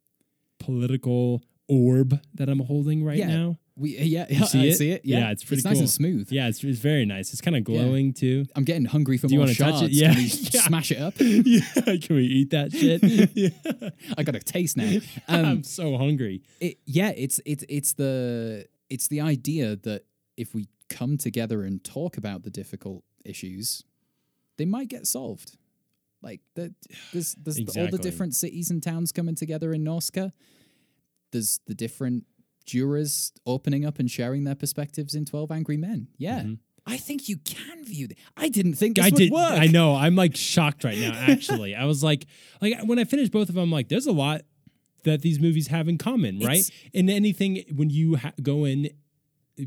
Speaker 1: political orb that i'm holding right
Speaker 2: Yeah.
Speaker 1: now
Speaker 2: we yeah,
Speaker 1: You see
Speaker 2: I
Speaker 1: it?
Speaker 2: see it. Yeah,
Speaker 1: Yeah, it's pretty
Speaker 2: nice
Speaker 1: cool.
Speaker 2: and smooth.
Speaker 1: yeah it's, it's very nice it's kind of glowing too
Speaker 2: I'm getting hungry for
Speaker 1: Do you
Speaker 2: more
Speaker 1: wanna touch it?
Speaker 2: shards.
Speaker 1: Yeah.
Speaker 2: Can we
Speaker 1: Yeah.
Speaker 2: smash it up.
Speaker 1: yeah can we eat that shit yeah.
Speaker 2: I got a taste now. Um,
Speaker 1: i'm so hungry
Speaker 2: it, yeah, it's it's it's the it's the idea that if we come together and talk about the difficult issues, they might get solved. Like the, there's there's all
Speaker 1: Exactly.
Speaker 2: the different cities and towns coming together in Norska. There's the different jurors opening up and sharing their perspectives in Twelve Angry Men. Yeah.
Speaker 1: Mhm.
Speaker 2: I think you can view. Th- I didn't think this
Speaker 1: I
Speaker 2: would
Speaker 1: did.
Speaker 2: work.
Speaker 1: I know. I'm like shocked right now. Actually, I was like, like when I finished both of them, I'm like, there's a lot that these movies have in common, right?
Speaker 2: It's-
Speaker 1: and anything when you ha- go in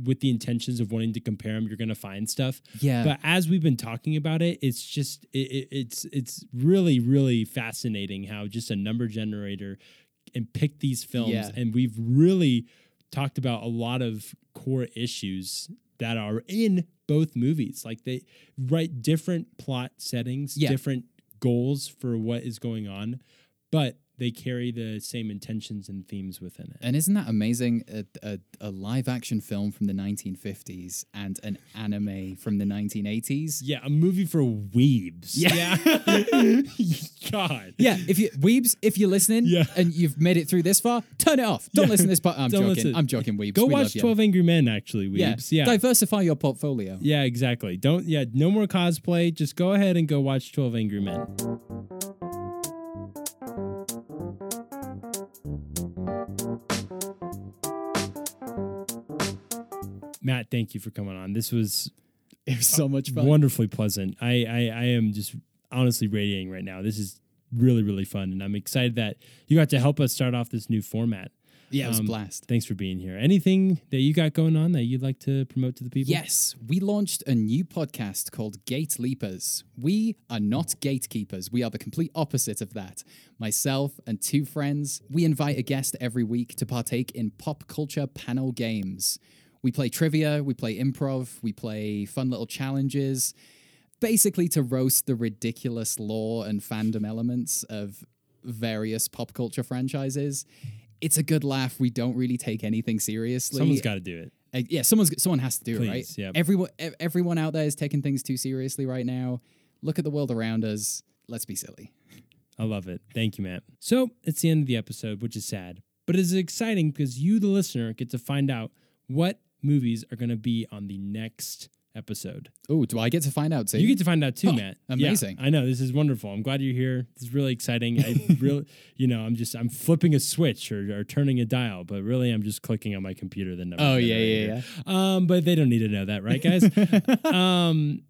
Speaker 1: with the intentions of wanting to compare them, you're gonna find stuff.
Speaker 2: Yeah.
Speaker 1: But as we've been talking about it, it's just it, it, it's it's really really fascinating how just a number generator and pick these films,
Speaker 2: Yeah.
Speaker 1: and we've really talked about a lot of core issues that are in both movies. Like they write different plot settings,
Speaker 2: Yeah.
Speaker 1: different goals for what is going on, but they carry the same intentions and themes within it.
Speaker 2: And isn't that amazing? A, a, a live action film from the 1950s and an anime from the 1980s.
Speaker 1: Yeah, a movie for weebs.
Speaker 2: Yeah.
Speaker 1: Yeah. God.
Speaker 2: Yeah, if you weebs, if you're listening
Speaker 1: Yeah.
Speaker 2: and you've made it through this far, turn it off. Don't
Speaker 1: Yeah.
Speaker 2: listen to this part. I'm
Speaker 1: Don't
Speaker 2: joking.
Speaker 1: listen.
Speaker 2: I'm joking. Weebs,
Speaker 1: Go
Speaker 2: We love
Speaker 1: watch
Speaker 2: you.
Speaker 1: Twelve Angry Men. Actually,
Speaker 2: Yeah.
Speaker 1: weebs. Yeah.
Speaker 2: diversify your portfolio.
Speaker 1: Yeah, exactly. Don't yeah, no more cosplay. Just go ahead and go watch 12 Angry Men. Matt, thank you for coming on. This was
Speaker 2: It was so much fun.
Speaker 1: wonderfully pleasant. I, I I am just honestly radiating right now. This is really really fun and I'm excited that you got to help us start off this new format.
Speaker 2: yeah, it was
Speaker 1: um,
Speaker 2: a blast.
Speaker 1: Thanks for being here. Anything that you got going on that you'd like to promote to the people?
Speaker 2: Yes, we launched a new podcast called Gate Leapers. We are not gatekeepers. We are the complete opposite of that. Myself and two friends, we invite a guest every week to partake in pop culture panel games. We play trivia, we play improv, we play fun little challenges, basically to roast the ridiculous lore and fandom elements of various pop culture franchises. It's a good laugh. We don't really take anything seriously.
Speaker 1: Someone's got to do it.
Speaker 2: Uh, yeah, someone's someone has to do it, right?
Speaker 1: Please, yep.
Speaker 2: Everyone ev- everyone out there is taking things too seriously right now. Look at the world around us. Let's be silly.
Speaker 1: I love it. Thank you, Matt. So it's the end of the episode, which is sad, but it's exciting because you, the listener, get to find out what movies are going to be on the next episode.
Speaker 2: Oh, do I get to find out too?
Speaker 1: You get to find out too,
Speaker 2: Huh,
Speaker 1: Matt. Yeah,
Speaker 2: Oh, amazing.
Speaker 1: I know this is wonderful. I'm glad you're here. This is really exciting. I really, you know, I'm just I'm flipping a switch or, or turning a dial, but really I'm just clicking on my computer. The number.
Speaker 2: oh yeah, yeah, yeah.
Speaker 1: Um, but they don't need to know that, right, guys? um,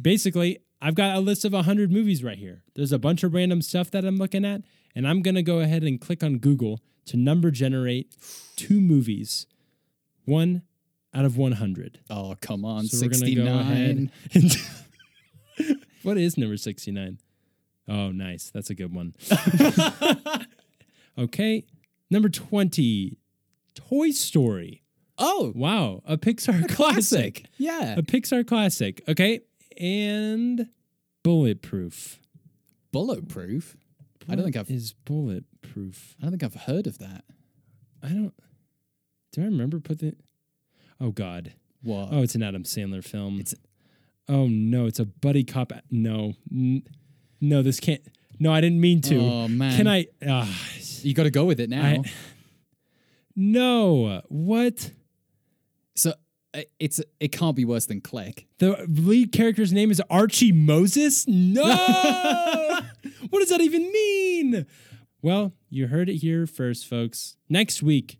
Speaker 1: basically, I've got a list of 100 movies right here. There's a bunch of random stuff that I'm looking at, and I'm going to go ahead and click on Google to number generate two movies, one out of 100.
Speaker 2: Oh come on,
Speaker 1: So we're gonna
Speaker 2: sixty
Speaker 1: go ahead
Speaker 2: nine.
Speaker 1: and what is number 69? Oh, nice. That's a good one. okay. Number 20, Toy Story.
Speaker 2: Oh,
Speaker 1: Wow, a Pixar classic.
Speaker 2: classic. Yeah,
Speaker 1: A Pixar classic. Okay. And Bulletproof.
Speaker 2: bulletproof. I don't think
Speaker 1: What
Speaker 2: I've-
Speaker 1: Is Bulletproof.
Speaker 2: I don't think I've heard of that.
Speaker 1: I don't. Do I remember putting. Oh, God.
Speaker 2: What?
Speaker 1: Oh, it's an Adam Sandler film.
Speaker 2: It's-
Speaker 1: oh, no. It's a buddy cop. a- No. N- No, this can't. No, I didn't mean to.
Speaker 2: Oh, man.
Speaker 1: Can I? Uh,
Speaker 2: You got to go with it now.
Speaker 1: I- no. What?
Speaker 2: so uh, it's it can't be worse than click.
Speaker 1: The lead character's name is Archie Moses? No! what does that even mean? Well, you heard it here first, folks. Next week,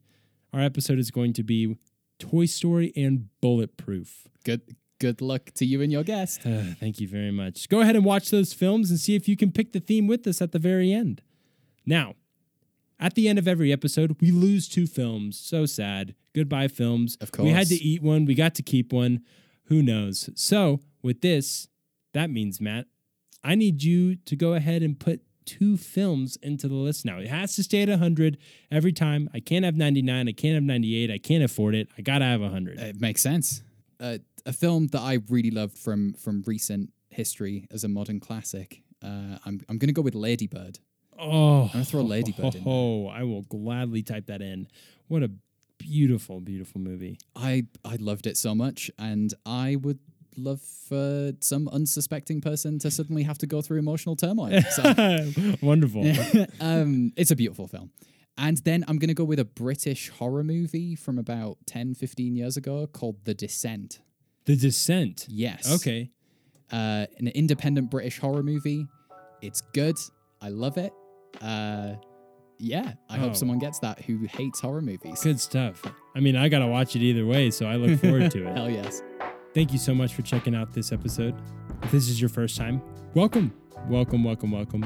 Speaker 1: our episode is going to be Toy Story and Bulletproof.
Speaker 2: Good good luck to you and your guest.
Speaker 1: Uh, thank you very much. Go ahead and watch those films and see if you can pick the theme with us at the very end. Now, at the end of every episode, we lose two films. So sad. Goodbye, films.
Speaker 2: Of
Speaker 1: We had to
Speaker 2: course.
Speaker 1: eat one, we got to keep one. Who knows? So, with this, that means, Matt, I need you to go ahead and put two films into the list now. It has to stay at 100 every time. I can't have 99. I can't have 98. I can't afford it. I got to have 100.
Speaker 2: It makes sense. Uh, a film that I really loved from from recent history as a modern classic. Uh, I'm I'm gonna go with Ladybird.
Speaker 1: Oh,
Speaker 2: gonna throw Ladybird in there.
Speaker 1: Oh, I will gladly type that in. What a beautiful, beautiful movie.
Speaker 2: I I loved it so much, and I would love for some unsuspecting person to suddenly have to go through emotional turmoil. So,
Speaker 1: Wonderful.
Speaker 2: um, it's a beautiful film. And then I'm gonna go with a British horror movie from about 10, 15 years ago called The Descent.
Speaker 1: the Descent.
Speaker 2: Yes.
Speaker 1: Okay.
Speaker 2: uh, an independent British horror movie. It's good. I love it. Uh, yeah, I
Speaker 1: Oh.
Speaker 2: hope someone gets that who hates horror movies.
Speaker 1: Good stuff. I mean, I got to watch it either way, so I look forward to it.
Speaker 2: Hell yes.
Speaker 1: Thank you so much for checking out this episode. If this is your first time, welcome, welcome, welcome, welcome.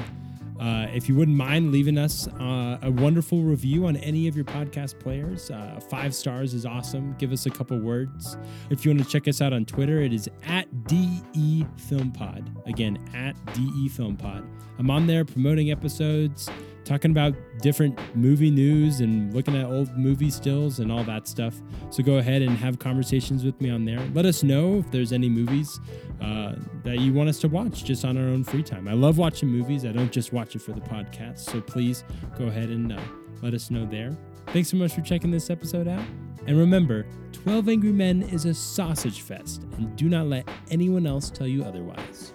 Speaker 1: Uh, if you wouldn't mind leaving us uh, a wonderful review on any of your podcast players, uh, five stars is awesome. Give us a couple words. If you want to check us out on Twitter, it is at E DE E Film Pod. Again, at DE Film Pod. I'm on there promoting episodes, talking about different movie news and looking at old movie stills and all that stuff. So go ahead and have conversations with me on there. Let us know if there's any movies uh, that you want us to watch just on our own free time. I love watching movies. I don't just watch it for the podcast. So please go ahead and uh, let us know there. Thanks so much for checking this episode out. And remember, 12 Angry Men is a sausage fest, and do not let anyone else tell you otherwise.